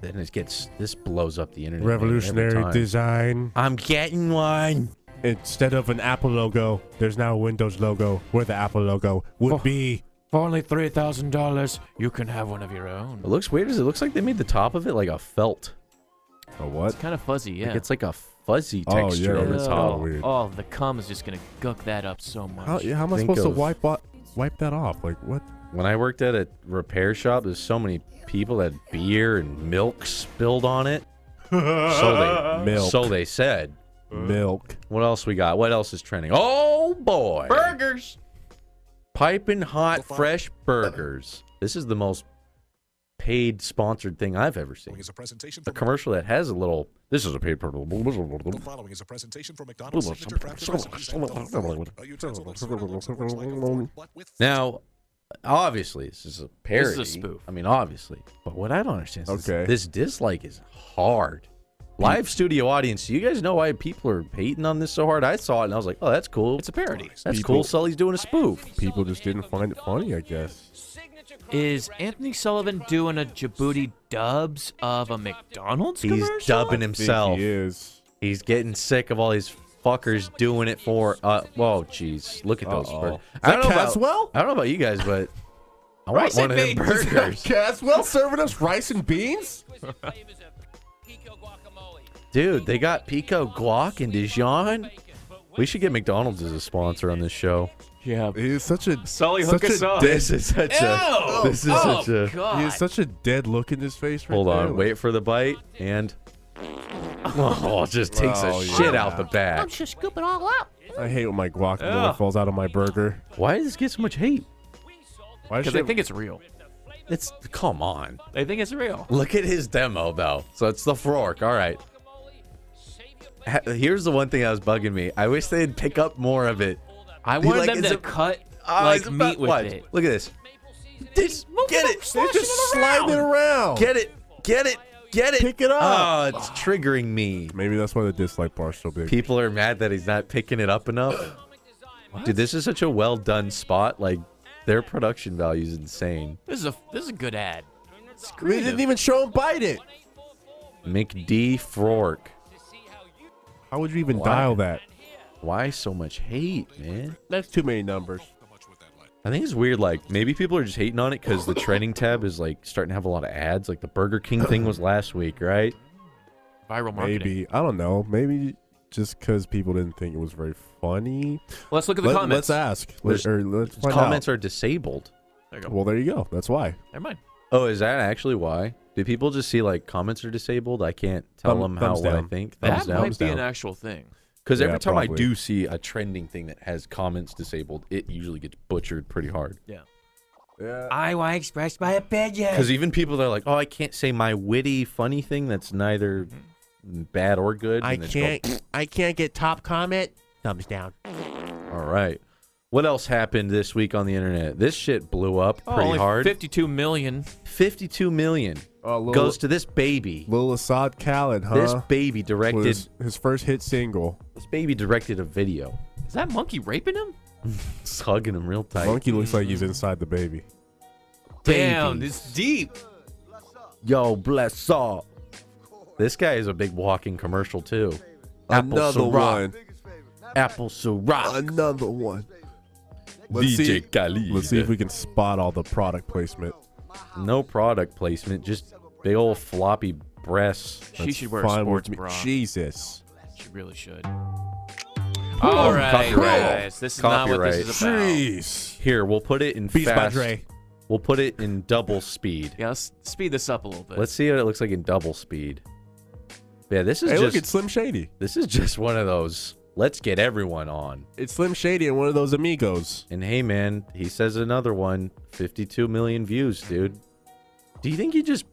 S1: Then it gets this blows up the internet. man, every
S2: Revolutionary
S1: time.
S2: design.
S1: I'm getting one.
S2: Instead of an Apple logo, there's now a Windows logo where the Apple logo would be.
S3: For only three thousand dollars, you can have one of your own.
S1: What looks weird is it looks like they made the top of it like a felt.
S2: A what?
S3: It's kind of fuzzy, yeah.
S1: Like it's like a fuzzy
S2: Oh, yeah,
S1: texture over
S2: that's
S1: the
S2: kinda
S1: top.
S2: weird.
S3: Oh, the cum is just gonna guck that up so much.
S2: How, yeah, how am I
S1: Think
S2: supposed to
S1: of-
S2: wipe o- wipe that off? Like what?
S1: When I worked at a repair shop, there's so many people that had beer and milk spilled on it. So they
S2: Milk.
S1: so they said.
S2: Milk.
S1: What else we got? What else is trending? Oh boy,
S3: Burgers.
S1: piping hot fresh burgers. This is the most paid sponsored thing I've ever seen.
S7: is a presentation
S1: A
S7: from
S1: commercial that has a little. This is a paid purple.
S7: the following is a presentation from McDonald's signature crafted recipes and double fruit. A utensil of certain looks and works like a fork, but with
S1: Now, obviously, this is a parody.
S3: This is a spoof.
S1: I mean, obviously. But what I don't understand is this-
S2: Okay.
S1: this, dislike is hard. Live studio audience, do you guys know why people are hating on this so hard? I saw it and I was like, oh, that's cool.
S3: It's a parody.
S1: That's
S2: People-
S1: cool. Sully's doing a spoof.
S2: People just didn't find it funny, I guess.
S3: Is Anthony Sullivan doing a Djibouti dubs of a McDonald's
S1: He's
S3: commercial?
S1: dubbing
S2: Think
S1: himself.
S2: He is.
S1: He's getting sick of all these fuckers doing it for. Uh, whoa, jeez, look at those
S2: Uh-oh.
S1: burgers.
S2: Is
S1: I don't
S2: that
S1: know about-
S2: Caswell?
S1: I don't know about you guys, but I want
S3: Rice
S1: one of
S3: and
S1: them
S3: beans.
S1: burgers,
S2: Caswell serving us rice and beans?
S1: dude. They got pico guac in Dijon. We should get McDonald's as a sponsor on this show.
S2: It is such a
S3: Sully, hook
S2: such
S3: us
S2: a
S3: up.
S2: Dead,
S1: This is such
S3: Ew!
S1: a. This is
S3: oh,
S1: such a.
S3: God.
S2: he has such a dead look in his face. Right
S1: Hold
S2: there.
S1: on, wait for the bite and. Oh, it just takes
S2: Oh,
S1: a shit
S2: yeah.
S1: out the
S5: I'm
S1: back.
S5: just scoop it all up.
S2: I hate when my guacamole
S3: Ugh.
S2: falls out of my burger.
S1: Why does this get so much hate?
S2: Why
S3: Because
S2: does she
S3: they
S2: have-
S3: think it's real.
S1: It's come on.
S3: They think it's real.
S1: Look at his demo though. So it's the fork. All right. Ha- Here's the one thing that was bugging me. I wish they'd pick up more of it.
S3: I
S1: He,
S3: wanted
S1: like,
S3: them
S1: is
S3: to
S1: a-
S3: cut
S1: Ah,
S3: like
S1: it's about-
S3: meat with
S1: watch.
S3: it.
S1: Look at this. Just get it.
S2: They're just sliding it around.
S1: Get it. Get it. Get it.
S2: Pick it
S1: Oh,
S2: up.
S1: it's triggering me.
S2: Maybe that's why the dislike bar's so big.
S1: People are mad that he's not picking it up enough. Dude, this is such a well done spot. Like, their production value is insane.
S3: This is a this is a good ad.
S2: We didn't even show him bite it.
S1: McD Fork.
S2: How would you even dial that?
S1: Why so much hate, man?
S2: That's too many numbers.
S1: I think it's weird. Like maybe people are just hating on it because the trending tab is like starting to have a lot of ads. Like the Burger King thing was last week, right?
S3: Viral marketing.
S2: Maybe I don't know. Maybe just because people didn't think it was very funny.
S3: Let's look at the
S2: Let,
S3: comments.
S2: us ask. Let,
S1: There's-
S2: or let's find
S1: Comments
S2: comments
S1: are disabled.
S3: There you go.
S2: well, there you go. That's why.
S3: Never mind.
S1: Oh, is that actually why? Do people just see like comments are disabled? I can't tell
S2: Thumb-
S1: them how
S2: thumbs
S1: what I
S2: down.
S1: think.
S3: That
S1: Thumbs down.
S3: might be an
S1: down.
S3: actual thing.
S1: Because
S2: Yeah,
S1: every time I
S2: probably.
S1: do see a trending thing that has comments disabled, it usually gets butchered pretty hard.
S2: Yeah.
S8: I want to express my opinion.
S1: Because even people that are like, "Oh, I can't say my witty, funny thing that's neither bad or good." and they just go,
S8: I can't get top comment. Thumbs down.
S1: All right. What else happened this week on the internet? This shit blew up
S3: Oh,
S1: pretty
S3: only
S1: hard.
S3: 52 million.
S1: 52 million
S2: Oh, Lil,
S1: goes to this baby.
S2: Lil Assad Khaled, huh?
S1: This baby directed
S2: was his first hit single.
S1: this baby directed a video.
S3: Is that monkey raping him?
S1: It's hugging him real tight.
S2: Monkey looks like
S3: mm-hmm.
S2: he's inside the baby.
S3: Damn,
S1: Baby.
S3: it's deep.
S1: Yo, bless up. This guy is a big walking commercial too. Apple Ciroc. Apple Ciroc.
S2: Another one. Let's see.
S1: DJ Khaled.
S2: Let's see if we can spot all the product placement.
S1: No product placement, just big old floppy breasts.
S3: She
S2: That's
S3: should wear a
S2: fine with
S3: sports
S2: me.
S3: bra.
S2: Jesus.
S3: She really should. All right,
S1: copyright.
S3: guys, this is not what this is about.
S2: Jeez.
S1: Here, we'll put it in
S2: Beats by
S1: fast.
S2: Dre.
S1: We'll put it in double speed.
S3: Yeah, let's speed this up a little bit.
S1: Let's see what it looks like in double speed. Yeah, this is
S2: Hey,
S1: just
S2: look, it's Slim Shady.
S1: this is just one of those. Let's get everyone on.
S2: It's Slim Shady and one of those amigos.
S1: And hey, man, he says another one. 52 million views, dude. Do you think he just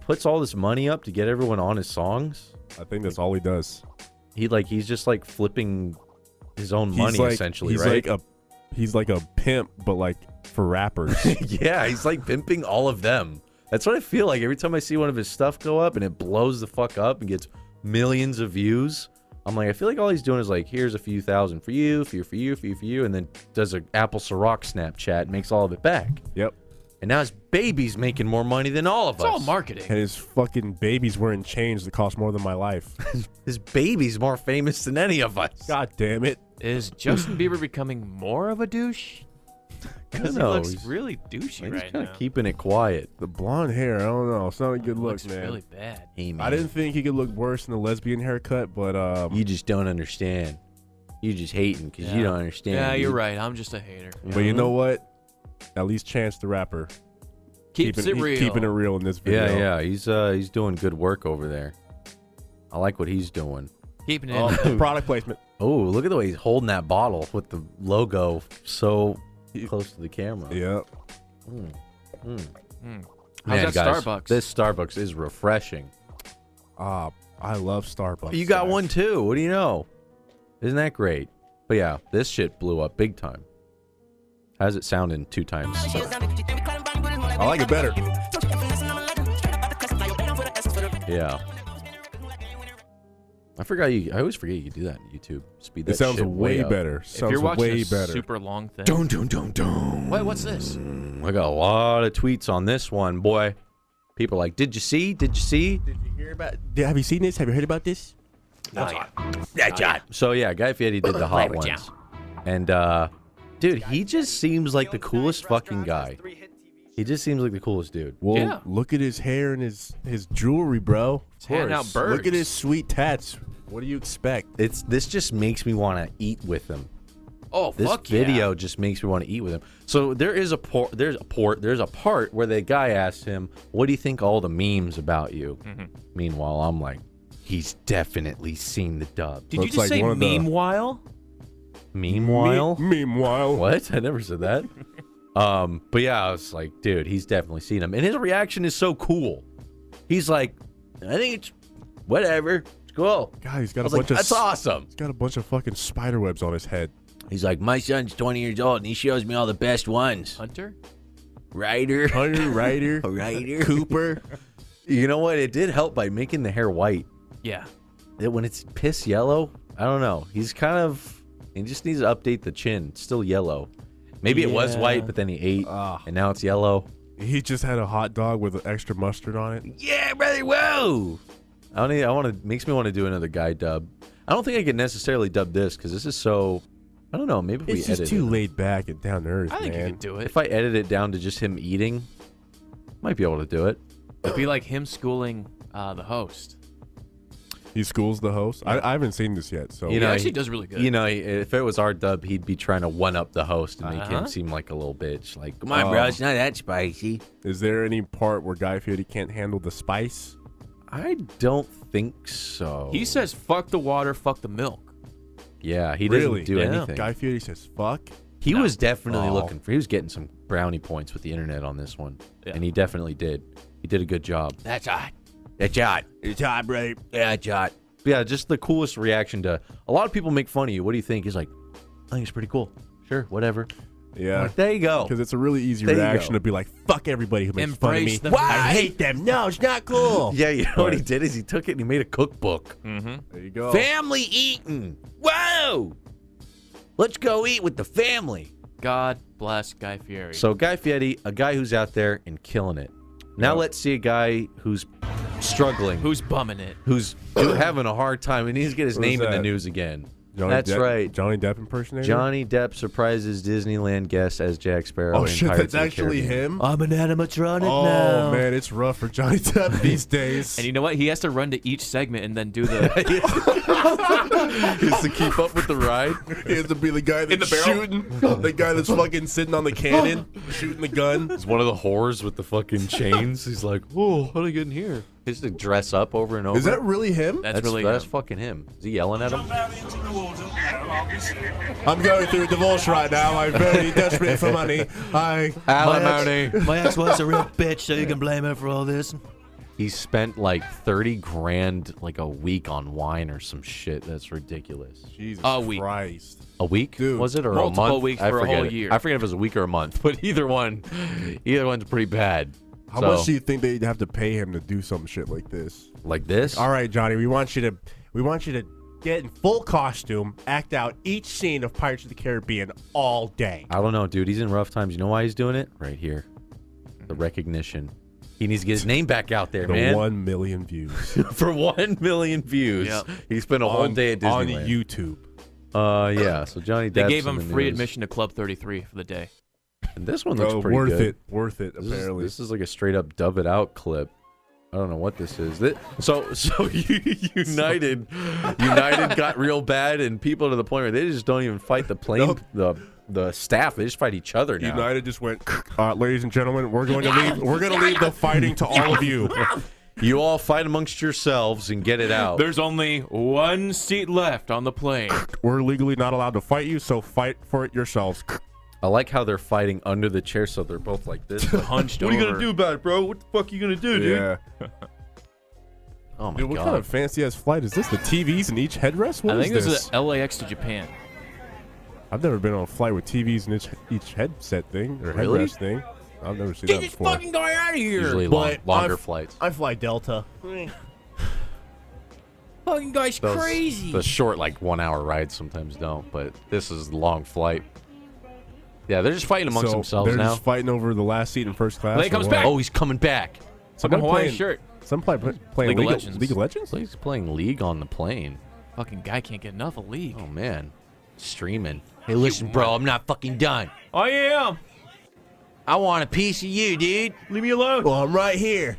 S1: puts all this money up to get everyone on his songs?
S2: I think that's all he does.
S1: He like he's just like flipping his own
S2: He's
S1: money
S2: like,
S1: essentially,
S2: he's
S1: right?
S2: Like a, he's like a pimp, but like for rappers.
S1: yeah, he's like pimping all of them. That's what I feel like every time I see one of his stuff go up and it blows the fuck up and gets millions of views. I'm like, I feel like all he's doing is like, here's a few thousand for you, few for you, few for you, and then does an Apple Ciroc Snapchat and makes all of it back.
S2: yep.
S1: And now his baby's making more money than all of
S3: it's
S1: us.
S3: all marketing.
S2: And his fucking babies wearing chains that cost more than my life.
S1: his baby's more famous than any of us.
S2: God damn it.
S3: Is Justin Bieber becoming more of a douche? Because he
S1: No,
S3: looks
S1: he's-
S3: really douchey
S1: He's
S3: right
S1: kind
S3: now.
S1: of keeping it quiet.
S2: The blonde hair, I don't know. It's not a good look,
S3: looks
S2: man.
S3: really bad.
S1: Hey, man,
S2: I didn't think he could look worse than the lesbian haircut, but um,
S1: You just don't understand. You just hating because you
S3: Yeah.
S1: don't understand.
S3: Yeah, you're
S1: dude.
S3: right. I'm just a hater.
S2: but you know what? At least Chance the rapper
S3: Keeps
S2: keeping
S3: it
S2: he-
S3: real.
S2: keeping it real in this video.
S1: Yeah, yeah, he's uh he's doing good work over there. I like what he's doing.
S3: Keeping it.
S2: Oh, product placement.
S1: Oh, look at the way he's holding that bottle with the logo so close to the camera.
S2: Yeah.
S3: How's
S1: Man,
S3: that
S1: guys,
S3: Starbucks?
S1: This Starbucks is refreshing.
S2: Ah, I love Starbucks.
S1: You got
S2: guys.
S1: one too. What do you know? Isn't that great? But yeah, this shit blew up big time. How's it sounding two times?
S2: I like it better.
S1: Yeah. I forgot you. I always forget you do that on YouTube. Speed that
S2: It sounds
S1: shit
S2: way,
S1: up.
S2: better.
S3: if
S2: Sounds
S3: you're watching
S2: way
S3: a
S2: better.
S3: super long thing.
S4: Dun, dun, dun, dun.
S3: Wait, what's this?
S1: I got a lot of tweets on this one, boy. People are like, did you see? Did you see?
S8: Have you seen this? Have you heard about this?
S1: So yeah, Guy Fieri did the hot ones, and uh, dude, he just seems like the coolest fucking guy. He just seems like the coolest dude.
S2: Well,
S3: Yeah.
S2: look at his hair and his his jewelry, bro. Of
S3: handing out
S2: course. Look at
S3: birds.
S2: his sweet tats. What do you expect?
S1: It's this just makes me want to eat with him.
S3: Oh,
S1: This
S3: fuck yeah.
S1: video just makes me want to eat with him. So there is a port, there's a port, there's a part where the guy asks him, "What do you think all the memes about you?" Meanwhile, I'm like, he's definitely seen the dub.
S3: Did you
S2: Looks
S3: just
S2: like
S3: say
S2: one of the-
S3: meanwhile?
S1: Meanwhile,
S2: Me- meanwhile,
S1: What? I never said that. um, but yeah, I was like, dude, he's definitely seen him. And his reaction is so cool. He's like, I think it's whatever. It's cool.
S2: God, he's
S1: I
S2: got a
S1: was like,
S2: bunch of
S1: that's
S2: s-
S1: awesome.
S2: He's got a bunch of fucking spider webs on his head.
S1: He's like, my son's 20 years old and he shows me all the best ones.
S3: Hunter?
S1: Ryder.
S2: Hunter, Ryder,
S1: Ryder.
S2: Cooper.
S1: You know what? It did help by making the hair white.
S3: Yeah.
S1: It, when it's piss yellow, I don't know. He's kind of, he just needs to update the chin. It's still yellow. Maybe it was
S8: Yeah.
S1: white, but then he ate and now it's yellow.
S2: He just had a hot dog with extra mustard on it.
S1: Yeah, brother. Whoa. I don't. Need, I want to. Makes me want to do another guy dub. I don't think I can necessarily dub this because this is so. I don't know. Maybe if
S2: It's
S1: we
S2: just
S1: edit
S2: too
S1: it.
S2: laid back and down to earth,
S3: I think
S2: man.
S3: you could do it.
S1: If I edit it down to just him eating, might be able to do it.
S3: It'd be like him schooling uh, the host.
S2: He schools the host. I, I haven't seen this yet, so
S1: You know,
S3: he actually
S1: he-
S3: does really good.
S1: You know, if it was our dub, he'd be trying to one up the host and make him
S3: Uh-huh.
S1: seem like a little bitch. Like, come
S2: Oh.
S1: on, bro, it's not that spicy.
S2: is there any part where Guy Fieri can't handle the spice?
S1: I don't think so.
S3: he says, fuck the water, fuck the milk.
S1: yeah, he
S2: Really?
S1: doesn't do
S3: Yeah.
S1: anything.
S2: Guy Fieri says, "Fuck."
S1: He was definitely
S2: Oh.
S1: looking for. He was getting some brownie points with the internet on this one,
S3: Yeah.
S1: and he definitely did. He did a good job.
S8: That's hot.
S1: That's hot.
S8: It's hot, right?
S1: Yeah, Jot. Yeah, just the coolest reaction to. A lot of people make fun of you. What do you think? He's like, I think it's pretty cool. Sure, whatever. I'm
S2: Yeah,
S1: like, there you go.
S2: because it's a really easy
S1: There you
S2: reaction
S1: go.
S2: to be like, "Fuck everybody who makes fun of me."
S3: Embrace the
S8: I hate them. No, it's not
S2: Oh.
S8: cool.
S1: Yeah, you know what he did is he took it and he made a cookbook.
S2: There
S1: Oh.
S2: you go.
S1: Family eating. Whoa. Let's go eat with the family.
S3: God bless Guy Fieri.
S1: So Guy Fieri, a guy who's out there and killing it. Now let's see a guy who's struggling,
S3: Who's bumming it?
S1: who's having a hard time, and he's get his
S2: Who's
S1: name in the
S2: that?
S1: news again.
S2: Johnny
S1: That's
S2: Depp-
S1: right.
S2: Johnny Depp impersonator.
S1: Johnny Depp surprises Disneyland guests as Jack Sparrow.
S2: Oh
S1: in
S2: shit,
S1: Pirates
S2: that's
S1: of the
S2: actually
S1: Caribbean.
S2: him.
S8: I'm an animatronic
S2: Oh
S8: now.
S2: man, it's rough for Johnny Depp these days.
S3: And you know what? He has to run to each segment and then do the.
S1: Is to keep up with the ride.
S2: He has to be the guy that's shooting, the guy that's fucking sitting on the cannon, shooting the gun.
S1: It's one of the whores with the fucking chains. He's like, oh, how do I get in here? He has to dress up over and over.
S2: Is that really him?
S3: That's,
S1: that's
S3: really.
S1: that's fucking him. Is he yelling at him?
S2: I'm going through a divorce right now. I'm very desperate for money. I
S1: Alimony.
S8: My ex-wife's a real bitch, so you can blame her for all this.
S1: He spent like thirty grand like a week on wine or some shit. That's ridiculous.
S2: Jesus
S3: A week.
S2: Christ.
S1: A week
S2: Dude,
S1: was it or
S3: multiple
S1: a month?
S3: weeks
S1: I
S3: for a
S1: forget
S3: whole
S1: it.
S3: year.
S1: I forget if it was a week or a month, but either one, either one's pretty bad.
S2: How
S1: So,
S2: much do you think they'd have to pay him to do some shit like this?
S1: like this?
S2: All right, Johnny, we want you to we want you to get in full costume, act out each scene of Pirates of the Caribbean all day.
S1: I don't know, dude. He's in rough times. You know why he's doing it? Right here,
S3: Mm-hmm.
S1: the recognition. He needs to get his name back out there,
S2: The
S1: man.
S2: one million views
S1: for one million views.
S3: Yep.
S1: He spent a whole
S2: on,
S1: day at
S2: on
S1: Disneyland.
S2: YouTube.
S1: Uh, yeah. So Johnny Depp.
S3: They gave him free admission to Club 33 for the day.
S1: And this one looks
S2: oh,
S1: pretty
S2: worth
S1: good.
S2: it, worth it.
S1: This is,
S2: Apparently,
S1: this is like a straight up dub it out clip. I don't know what this is. Thi- so so United United got real bad and people to the point where they just don't even fight the plane
S2: Nope.
S1: the the staff. They just fight each other now.
S2: United just went, uh, ladies and gentlemen, we're going to leave. We're going to leave the fighting to all of you.
S1: You all fight amongst yourselves and get it out.
S3: There's only one seat left on the plane.
S2: We're legally not allowed to fight you, so fight for it yourselves.
S1: I like how they're fighting under the chair, so they're both like this. what
S3: Hunched
S1: are you gonna
S3: over.
S1: do about it, bro? What the fuck are you gonna do, dude? Oh my
S2: Dude, what
S1: god.
S2: kind of fancy ass flight is this? The TVs in each headrest? What
S3: I
S2: is
S3: think
S2: this?
S3: this is a LAX to Japan.
S2: I've never been on a flight with TVs in each, each headset thing or
S1: Really?
S2: headrest thing. I've never seen that
S8: Jesus
S2: before.
S8: fucking going out of here.
S1: Usually
S2: But
S1: long, longer
S2: I've-
S1: flights.
S8: I fly Delta.
S3: Fucking guy's
S1: Those-
S3: crazy.
S1: The short, like one hour rides sometimes don't, but this is a long flight. Yeah, they're just fighting amongst
S2: so
S1: themselves
S2: they're
S1: now.
S2: just fighting over the last seat in first class.
S3: Blake
S2: or
S3: comes
S2: what?
S3: back.
S1: Oh, he's coming back.
S3: Fucking
S2: Somebody
S3: Hawaiian
S2: playing-
S3: shirt.
S2: Some play, playing
S3: League of
S2: League, of
S3: Legends.
S2: League of Legends.
S1: Blake's playing League on the plane.
S3: Fucking guy can't get enough of league.
S1: Oh man, streaming. Hey, listen, bro, I'm not fucking done.
S3: I am.
S1: I want a piece of you, dude.
S3: Leave me alone. Oh,
S8: Well, I'm right here.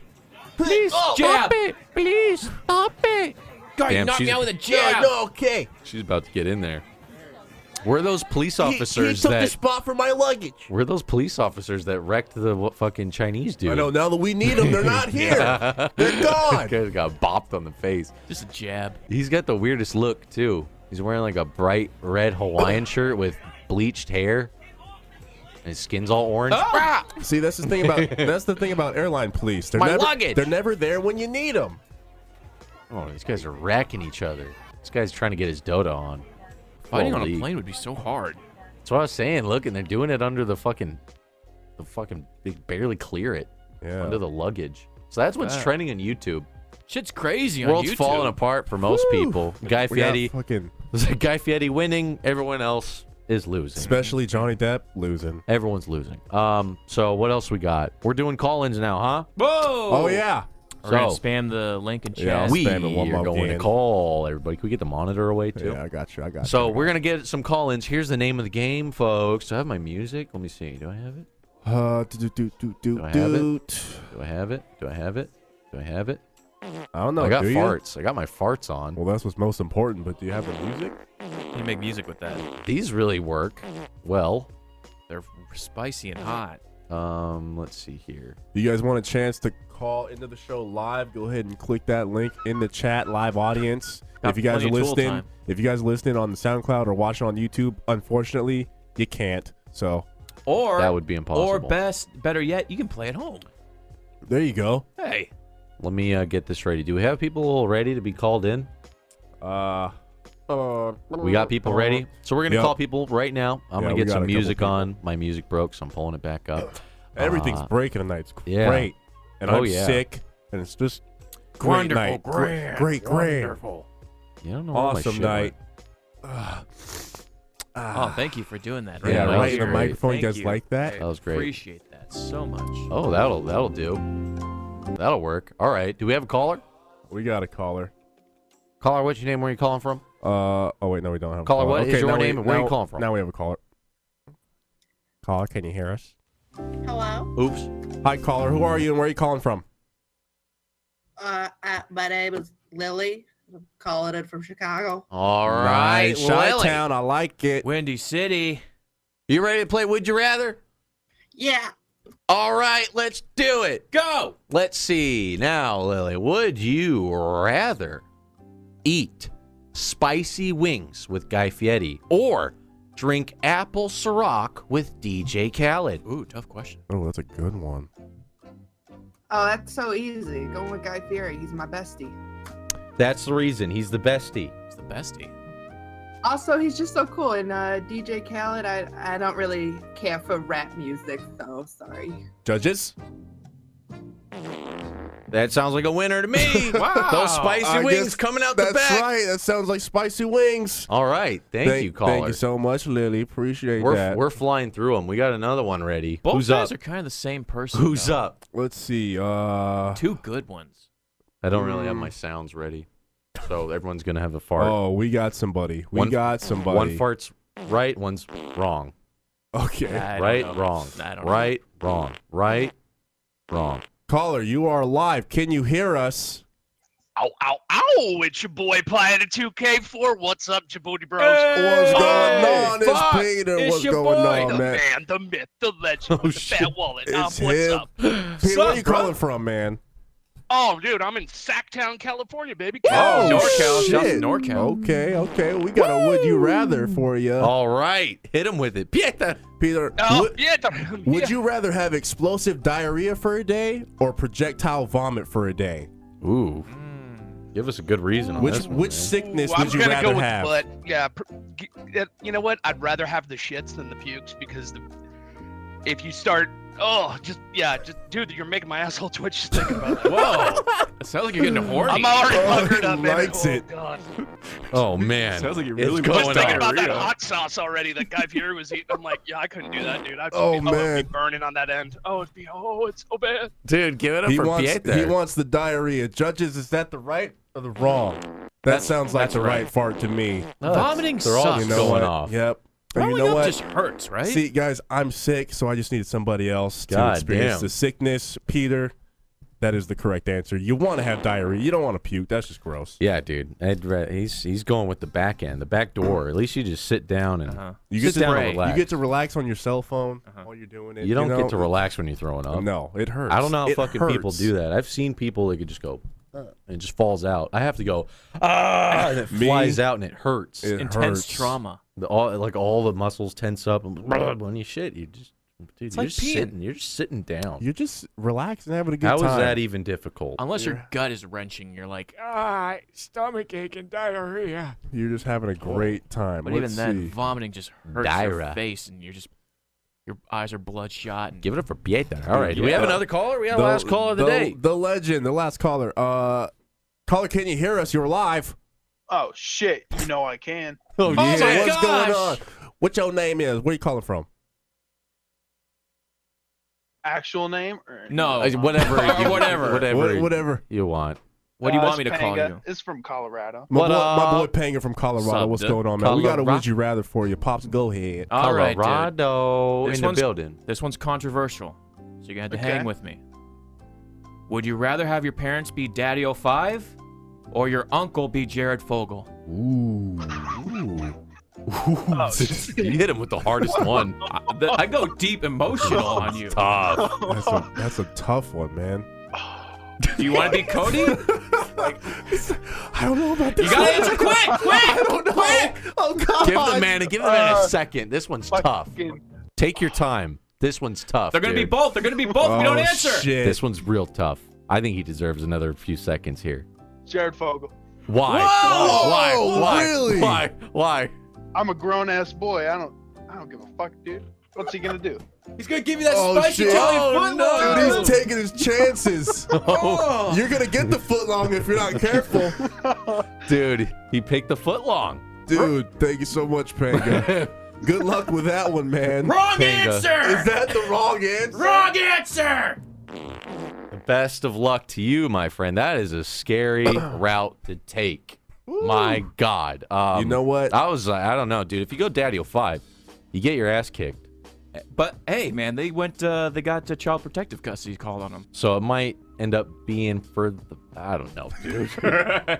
S5: Please
S3: jab.
S5: stop it. Please stop it.
S3: Guy
S1: Damn,
S3: knocked me
S1: she's-
S3: out with a jab.
S8: Yeah, no, okay.
S1: She's about to get in there. Were those police
S8: He- he,
S1: officers
S8: took the
S1: that
S8: spot for my luggage.
S1: were those police officers that wrecked the what, fucking Chinese dude?
S8: I know. Now that we need them, they're not here. They're gone.
S1: Guy got bopped on the face.
S3: Just a jab.
S1: He's got the weirdest look too. He's wearing like a bright red Hawaiian shirt with bleached hair, and his skin's all orange.
S3: Ah!
S2: See, that's the thing about that's the thing about airline police. They're
S1: My
S2: never
S1: luggage!
S2: they're never there when you need them.
S1: Oh, these guys are racking each other. This guy's trying to get his Dota on.
S3: Fighting on
S1: Holy-
S3: a plane would be so hard.
S1: That's what I was saying. Look, and they're doing it under the fucking, the fucking. They barely clear it
S2: Yeah.
S1: under the luggage. So that's what's
S3: Wow.
S1: trending on YouTube.
S3: Shit's crazy
S1: World's
S3: on YouTube.
S1: falling apart for most people. Guy
S2: We got
S1: Fieri,
S2: fucking,
S1: Guy Fieri winning. Everyone else is losing.
S2: especially Johnny Depp losing.
S1: Everyone's losing. Um. So what else we got? We're doing call-ins now, huh?
S2: Oh, yeah.
S3: We're gonna
S1: So-
S3: spam the link in chat.
S2: Yeah, I'll
S1: we
S2: spam it one
S1: are
S2: more
S1: going to
S2: again.
S1: call everybody. Can we get the monitor away too?
S2: Yeah, I got you. I got
S1: So
S2: you.
S1: we're gonna get some call-ins. Here's the name of the game, folks. Do I have my music? Let me see. Do I have it?
S2: Uh, do, do, do, do,
S1: Do I have it?
S2: do.
S1: Do I have it? Do I have it? Do I have it?
S2: I don't know.
S1: I got
S2: Oh, do you?
S1: farts. I got my farts on.
S2: Well, that's what's most important. But do you have the music?
S3: You make music with that.
S1: These really work well.
S3: They're spicy and hot.
S1: Um, let's see here.
S2: Do you guys want a chance to call into the show live? Go ahead and click that link in the chat, live audience.
S3: Got
S2: if you guys
S3: plenty
S2: are
S3: of tool
S2: listening,
S3: time.
S2: if you guys are listening on the SoundCloud or watching on YouTube, unfortunately, you can't. So
S3: Or
S1: That would be
S3: Or
S1: impossible.
S3: best, better yet, you can play at home.
S2: there you go.
S3: Hey,
S1: Let me uh, get this ready. Do we have people ready to be called in?
S2: Uh,
S1: We got people ready. So we're gonna
S2: Uh-huh. Yep.
S1: call people right now. I'm
S2: Yeah,
S1: gonna
S2: we
S1: get
S2: got a
S1: some
S2: couple
S1: music
S2: people.
S1: on. My music broke, so I'm pulling it back up.
S2: everything's
S1: Uh,
S2: breaking tonight. It's great,
S1: yeah.
S2: and
S1: Oh,
S2: I'm
S1: yeah.
S2: sick, and it's just great
S3: Wonderful,
S2: night. Great, great, grand,
S1: You don't know where my
S2: awesome
S1: shit
S2: night. Ah,
S1: went.
S3: oh, thank you for doing that.
S1: Yeah,
S2: Yeah,
S1: that was
S2: right in the
S1: great.
S2: microphone.
S3: Thank
S2: you guys
S3: you.
S2: like that?
S1: That was great.
S3: Appreciate that so much.
S1: Oh, that'll that'll do. That'll work. All right. Do we have a caller?
S2: We got a caller.
S1: Caller, what's your name? Where are you calling from?
S2: Uh, oh wait, no, we don't have a
S1: Caller,
S2: caller.
S1: what is your
S2: now we-
S1: name and where are you
S2: now-
S1: calling from?
S2: Now we have a caller. Caller, can you hear us?
S9: Hello.
S1: Oops.
S2: Hi, caller. Who are you and where are you calling from?
S9: Uh, I, my name is Lily. I'm calling in from Chicago.
S1: All right,
S2: Chi
S1: Lily.
S2: Town. I like it.
S3: Windy City.
S1: You ready to play Would You Rather?
S9: Yeah.
S1: All right, let's do it. Go. Let's see. Now, Lily, would you rather eat spicy wings with Guy Fieri or drink apple Ciroc with DJ Khaled?
S3: Ooh, tough question.
S2: Oh, that's a good one.
S9: Oh, that's so easy. Going with Guy Fieri. He's my bestie.
S1: That's the reason. He's the bestie.
S3: It's the bestie.
S9: Also, he's just so cool. And uh, DJ Khaled, I, I don't really care for rap music, so sorry.
S2: Judges?
S1: That sounds like a winner to me.
S3: Wow.
S1: Those spicy
S2: I
S1: wings
S2: guess
S1: coming out the
S2: That's
S1: back.
S2: right. That sounds like spicy wings.
S1: All right. Thank, you, caller.
S2: Thank you so much, Lily. Appreciate
S1: we're,
S2: that.
S1: we're flying through them. We got another one ready.
S3: Both
S1: Who's up?
S3: guys are kind of the same person.
S1: Who's
S3: though.
S1: up?
S2: Let's see. Uh,
S3: Two good ones.
S1: I don't really have my sounds ready. So everyone's going to have a fart.
S2: oh, we got somebody. We
S1: One-
S2: got somebody.
S1: One fart's right, one's wrong.
S2: Okay.
S3: I don't
S1: right,
S3: know.
S1: wrong.
S3: I don't know.
S1: Right, wrong. Right, wrong.
S2: Caller, you are live. Can you hear us?
S6: Ow, ow, ow! It's your boy Planet 2K4. What's up, Djibouti Bros?
S2: What's going on?
S3: fuck.
S2: It's Peter.
S3: It's
S2: What's
S3: your
S2: going
S3: boy.
S6: Hey,
S2: on,
S6: the
S2: man?
S6: man, the myth, the legend,
S1: Oh,
S6: with the
S1: shit.
S6: fat wallet. Um,
S2: It's
S6: what's
S2: him.
S6: up?
S2: Peter, where
S3: Sup,
S2: you
S3: bro?
S2: calling from, man?
S6: Oh, dude, I'm in Sacktown, California, baby.
S3: Oh,
S6: North
S3: NorCal.
S2: shit.
S3: Shout out to NorCal.
S2: Okay, okay. We got a would you rather for you.
S1: All right. Hit him with it. Pieta.
S2: Peter,
S6: Oh,
S2: would,
S6: yeah, the-
S2: would
S6: yeah.
S2: you rather have explosive diarrhea for a day or projectile vomit for a day?
S1: Ooh. Give us a good
S3: Oh,
S1: reason on
S2: Which
S1: this one,
S2: which
S1: man.
S2: sickness
S6: Ooh, I'm
S2: would you
S6: gonna
S2: rather
S6: go with
S2: have?
S6: But yeah, pr- g- uh, you know what? I'd rather have the shits than the pukes because the if you start Oh, just yeah, just dude, you're making my asshole twitch just thinking about that.
S4: Whoa. It sounds like you're getting horny.
S6: I'm already
S2: Oh,
S6: hungered
S2: he
S6: up, man.
S2: likes
S6: oh,
S2: it.
S6: God.
S1: Oh man.
S4: Sounds like you
S1: It's
S4: really
S1: going
S6: Just
S4: going
S6: thinking
S1: on.
S6: about that
S4: Diarrhea.
S6: hot sauce already that Guy Fieri was eating. I'm like, yeah, I couldn't do that, dude. I'd just
S2: Oh,
S6: be, oh, it'd
S2: man.
S6: be burning on that end. Oh, it'd be oh, it's so bad.
S4: Dude, give it up
S2: He
S4: for
S2: wants,
S4: Pieter.
S2: he wants the diarrhea. Judges, is that the right or the wrong? That sounds like the right. fart to me.
S3: Vomiting
S1: they're all
S3: sucks.
S2: You know
S1: going
S2: what?
S1: off.
S2: Yep. And
S3: Throwing
S2: you know
S3: up
S2: what?
S3: just hurts, right?
S2: See, guys, I'm sick, so I just needed somebody else to
S1: God
S2: experience
S1: damn.
S2: the sickness. Peter, that is the correct answer. You want to have diarrhea. You don't want to puke. That's just gross.
S1: Yeah, dude. Ed, Re- he's he's going with the back end, the back door. At least you just sit down and
S3: Uh-huh.
S2: You
S1: sit
S2: get to
S1: down
S3: spray.
S1: and
S2: You
S1: relax.
S2: get to relax on your cell phone
S3: Uh-huh.
S2: while you're doing it.
S1: You don't
S2: know?
S1: get to relax when you're throwing up.
S2: No, it hurts.
S1: I don't know how
S2: It
S1: fucking people
S2: hurts.
S1: do that. I've seen people that could just go uh, and it just falls out. I have to go ah, and it
S2: Me?
S1: flies out and it hurts.
S2: It
S3: Intense
S2: hurts.
S3: trauma.
S1: The, all, like all the muscles tense up and when you shit, you just dude, you're
S3: like
S1: just
S3: peeing.
S1: sitting. You're just sitting down.
S2: You're just relaxing, having a good
S1: how
S2: time.
S1: is that e- even difficult?
S3: Unless your gut is wrenching, you're like, ah.
S2: You're just having a great time.
S3: But
S2: Let's
S3: even then,
S2: see.
S3: vomiting just hurts your
S1: Diarrhea.
S3: face, and you're just your eyes are bloodshot. And
S1: Give it up for Pieter. All right, do we have
S2: Yeah.
S1: another caller? We have the, last caller of the, day.
S2: The legend, the last caller. Uh, caller, can you hear us? You're live.
S10: Oh shit! You know I can.
S1: Oh,
S2: yeah,
S3: my
S2: what's going on?
S3: gosh.
S2: What your name is? Where you calling from?
S10: Actual name or
S3: no,
S1: Uh, whatever, you,
S3: whatever.
S1: whatever,
S2: Wha- whatever.
S1: you want.
S3: What do you
S10: Uh,
S3: want me
S10: it's
S3: to call
S10: Panga.
S3: you?
S10: It's from Colorado.
S2: My
S1: What
S2: boy,
S1: up?
S2: my boy Panga from Colorado.
S3: Sup,
S2: What's
S3: dude?
S2: going on, man? We got a
S1: Colorado.
S2: would you rather for you, pops. Go ahead.
S3: All right, dude.
S1: Colorado
S3: This
S1: in the
S3: one's-
S1: building.
S3: This one's controversial, so you're gonna have to hang
S10: Okay.
S3: with me. Would you rather have your parents be Daddy 05 or your uncle be Jared Fogle?
S1: you hit him with the hardest one.
S3: I, th- I go deep emotional on you.
S1: Tough.
S2: That's a, that's a tough one, man.
S3: Do you want to be Cody? You
S2: I don't know about this.
S3: gotta answer quick, quick.
S2: Oh God!
S1: Give the man, give the man
S2: Uh,
S1: a second. This one's tough.
S10: Fucking-
S1: Take your time. This one's tough.
S3: They're gonna be
S1: dude.
S3: both. They're gonna be both. if
S2: Oh,
S3: we don't answer.
S2: Shit.
S1: This one's real tough. I think he deserves another few seconds here.
S10: Jared Fogle.
S1: Why?
S2: Whoa!
S1: Why? Why?
S2: Really?
S1: Why? Why?
S10: I'm a grown ass boy. I don't. I don't give a fuck, dude. What's he gonna do?
S3: He's gonna give you that
S2: Oh,
S3: spicy
S2: shit.
S3: Italian
S2: Oh,
S3: foot
S2: Dude, Oh,
S3: long.
S2: he's taking his chances. You're gonna get the foot long if you're not careful.
S1: Dude, he picked the foot long.
S2: Dude, thank you so much, Panga. Good luck with that one, man.
S3: Wrong
S1: Panga.
S3: answer.
S2: Is that the wrong answer?
S3: Wrong answer.
S1: Best of luck to you, my friend. That is a scary route to take. My God. Um,
S2: You know what?
S1: I was like, I don't know, dude. If you go Daddy 05, you get your ass kicked.
S3: But hey, man, they went. Uh, they got uh, child protective custody called on them.
S1: So it might end up being for the I don't know, dude.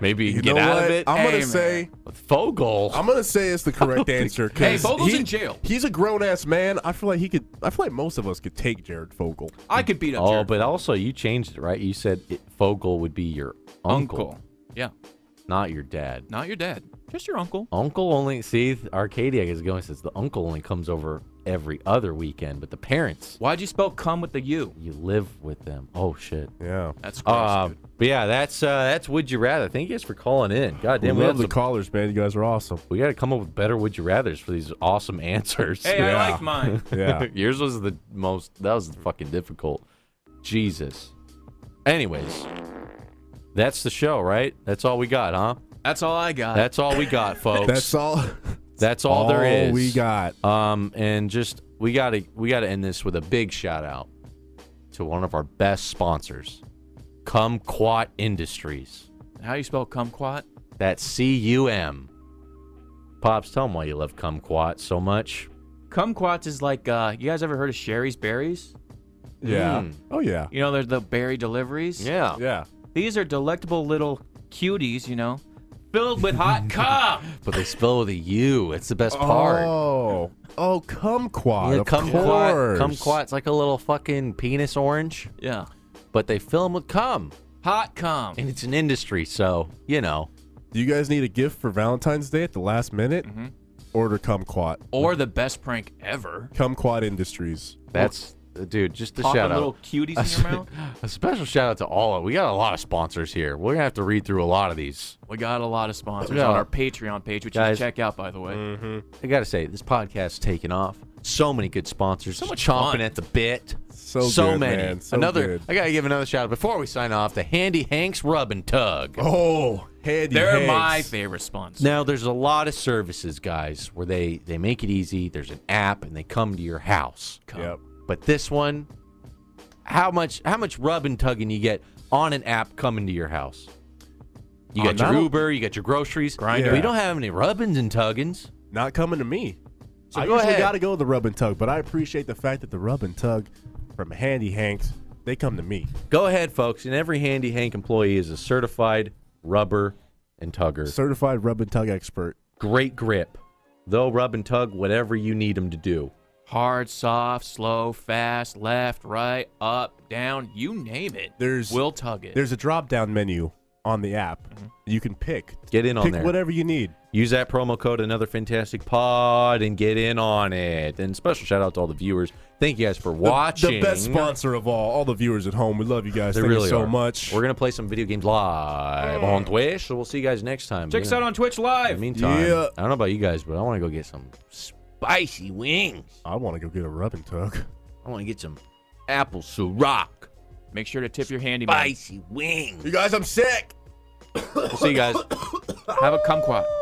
S1: Maybe you
S2: You
S1: can get
S2: know
S1: out of
S2: what?
S1: it.
S2: I'm
S3: Hey,
S2: gonna
S3: man.
S2: say
S1: With Fogel.
S2: I'm gonna say it's the correct answer. 'cause
S3: Hey, Vogel's
S2: he-
S3: in jail.
S2: He's a grown ass man. I feel like he could. I feel like most of us could take Jared Fogle.
S3: I could beat up.
S1: oh,
S3: Jared.
S1: but also you changed it, right? You said it, Fogel would be your uncle,
S3: Yeah,
S1: not your dad.
S3: not your dad, just your uncle.
S1: Uncle only see Arcadia is going says the uncle only comes over every other weekend, but the parents
S3: Why'd you spell "come" with the U?
S1: you live with them. Oh shit.
S2: Yeah.
S3: That's gross,
S1: Uh,
S3: dude.
S1: but yeah, that's uh, that's would you rather. Thank you guys for calling in. God
S2: We
S1: damn, we,
S2: love
S1: have
S2: the
S1: some-
S2: callers, man. You guys are awesome.
S1: we got to come up with better would you rather's for these awesome answers.
S3: Hey, I
S2: yeah.
S3: like mine.
S2: Yeah.
S1: Yours was the most. That was fucking difficult. Jesus. Anyways, that's the show, right? That's all we got, huh?
S3: That's all I got.
S1: That's all we got, folks.
S2: That's all.
S1: That's all, there is.
S2: we got.
S1: Um, and just we gotta we gotta end this with a big shout out to one of our best sponsors, Kumquat Industries.
S3: How you spell "kumquat"?
S1: That's C U M. Pops, tell them why you love Kumquat so much.
S3: Kumquats is like, uh, you guys ever heard of Sherry's Berries?
S2: Yeah.
S1: Mm.
S2: Oh yeah.
S3: You know, they're the berry deliveries.
S1: Yeah.
S2: Yeah.
S3: These are delectable little cuties, you know, filled with hot cum.
S1: But they spell with a U. It's the best part.
S2: Oh. Oh, kumquat.
S1: Yeah,
S2: of
S1: kumquat.
S2: course.
S1: Kumquat's like a little fucking penis orange,
S3: Yeah.
S1: but they fill them with cum,
S3: Hot cum.
S1: and it's an industry, so you know.
S2: Do you guys need a gift for Valentine's Day at the last minute?
S1: Mm-hmm.
S2: Order kumquat.
S3: Or the best prank ever.
S2: Kumquat Industries.
S1: That's dude. Just a
S3: Popping
S1: shout
S3: little
S1: out.
S3: cuties
S1: A,
S3: in your mouth.
S1: a special shout out to all. of We got a lot of sponsors here. We're gonna have to read through a lot of these.
S3: We got a lot of sponsors
S1: Yeah.
S3: on our Patreon page, which you
S1: Guys. Mm-hmm.
S3: can check out, by the way.
S1: I gotta say, this podcast's taken off. So many good sponsors. So much chomping
S3: fun.
S1: at the bit. So,
S2: good,
S1: many.
S2: man. So
S1: another.
S2: good.
S1: I gotta give another shout out before we sign off to Handy Hanks Rub and Tug.
S2: Oh, Handy
S3: They're
S2: Hanks.
S3: my favorite sponsors.
S1: Now there's a lot of services, guys, where they they make it easy. There's an app, and they come to your house.
S2: Yep.
S1: But this one, how much how much rub and tugging you get on an app coming to your house? You
S2: Oh,
S1: got your
S2: no.
S1: Uber, you got your groceries.
S2: Grindr.
S1: We don't have any rubbins and tuggins.
S2: Not coming to me.
S1: So
S2: I
S1: go
S2: usually
S1: ahead.
S2: got to go with the rub and tug, but I appreciate the fact that the rub and tug from Handy Hanks, they come to me.
S1: Go ahead, folks. And every Handy Hank employee is a certified rubber and tugger.
S2: Certified rub and tug expert.
S1: Great grip. They'll rub and tug whatever you need them to do.
S3: Hard, soft, slow, fast, left, right, up, down, you name it.
S2: There's
S3: We'll tug it.
S2: There's a drop down menu on the app. You can pick.
S1: Get in Mm-hmm. on
S2: pick
S1: there.
S2: whatever you need.
S1: Use that promo code another fantastic pod and get in on it. And special shout out to all the viewers. Thank you guys for
S2: The-
S1: watching.
S2: The, best sponsor of all. All the viewers at home. We love you guys.
S1: They
S2: Thank
S1: really
S2: you so
S1: are.
S2: much.
S1: We're gonna play some video games live on Twitch, so we'll see you guys next time.
S3: Check us out on Twitch
S1: In the
S3: Live.
S1: meantime,
S2: Yeah.
S1: I don't know about you guys, but I want to go get some spicy wings.
S2: I want to go get a rub and tug.
S1: I want to get some apple sriracha
S3: Make sure to tip your handyman.
S1: spicy wings.
S2: You guys, I'm sick.
S1: We'll see you guys.
S3: Have a kumquat.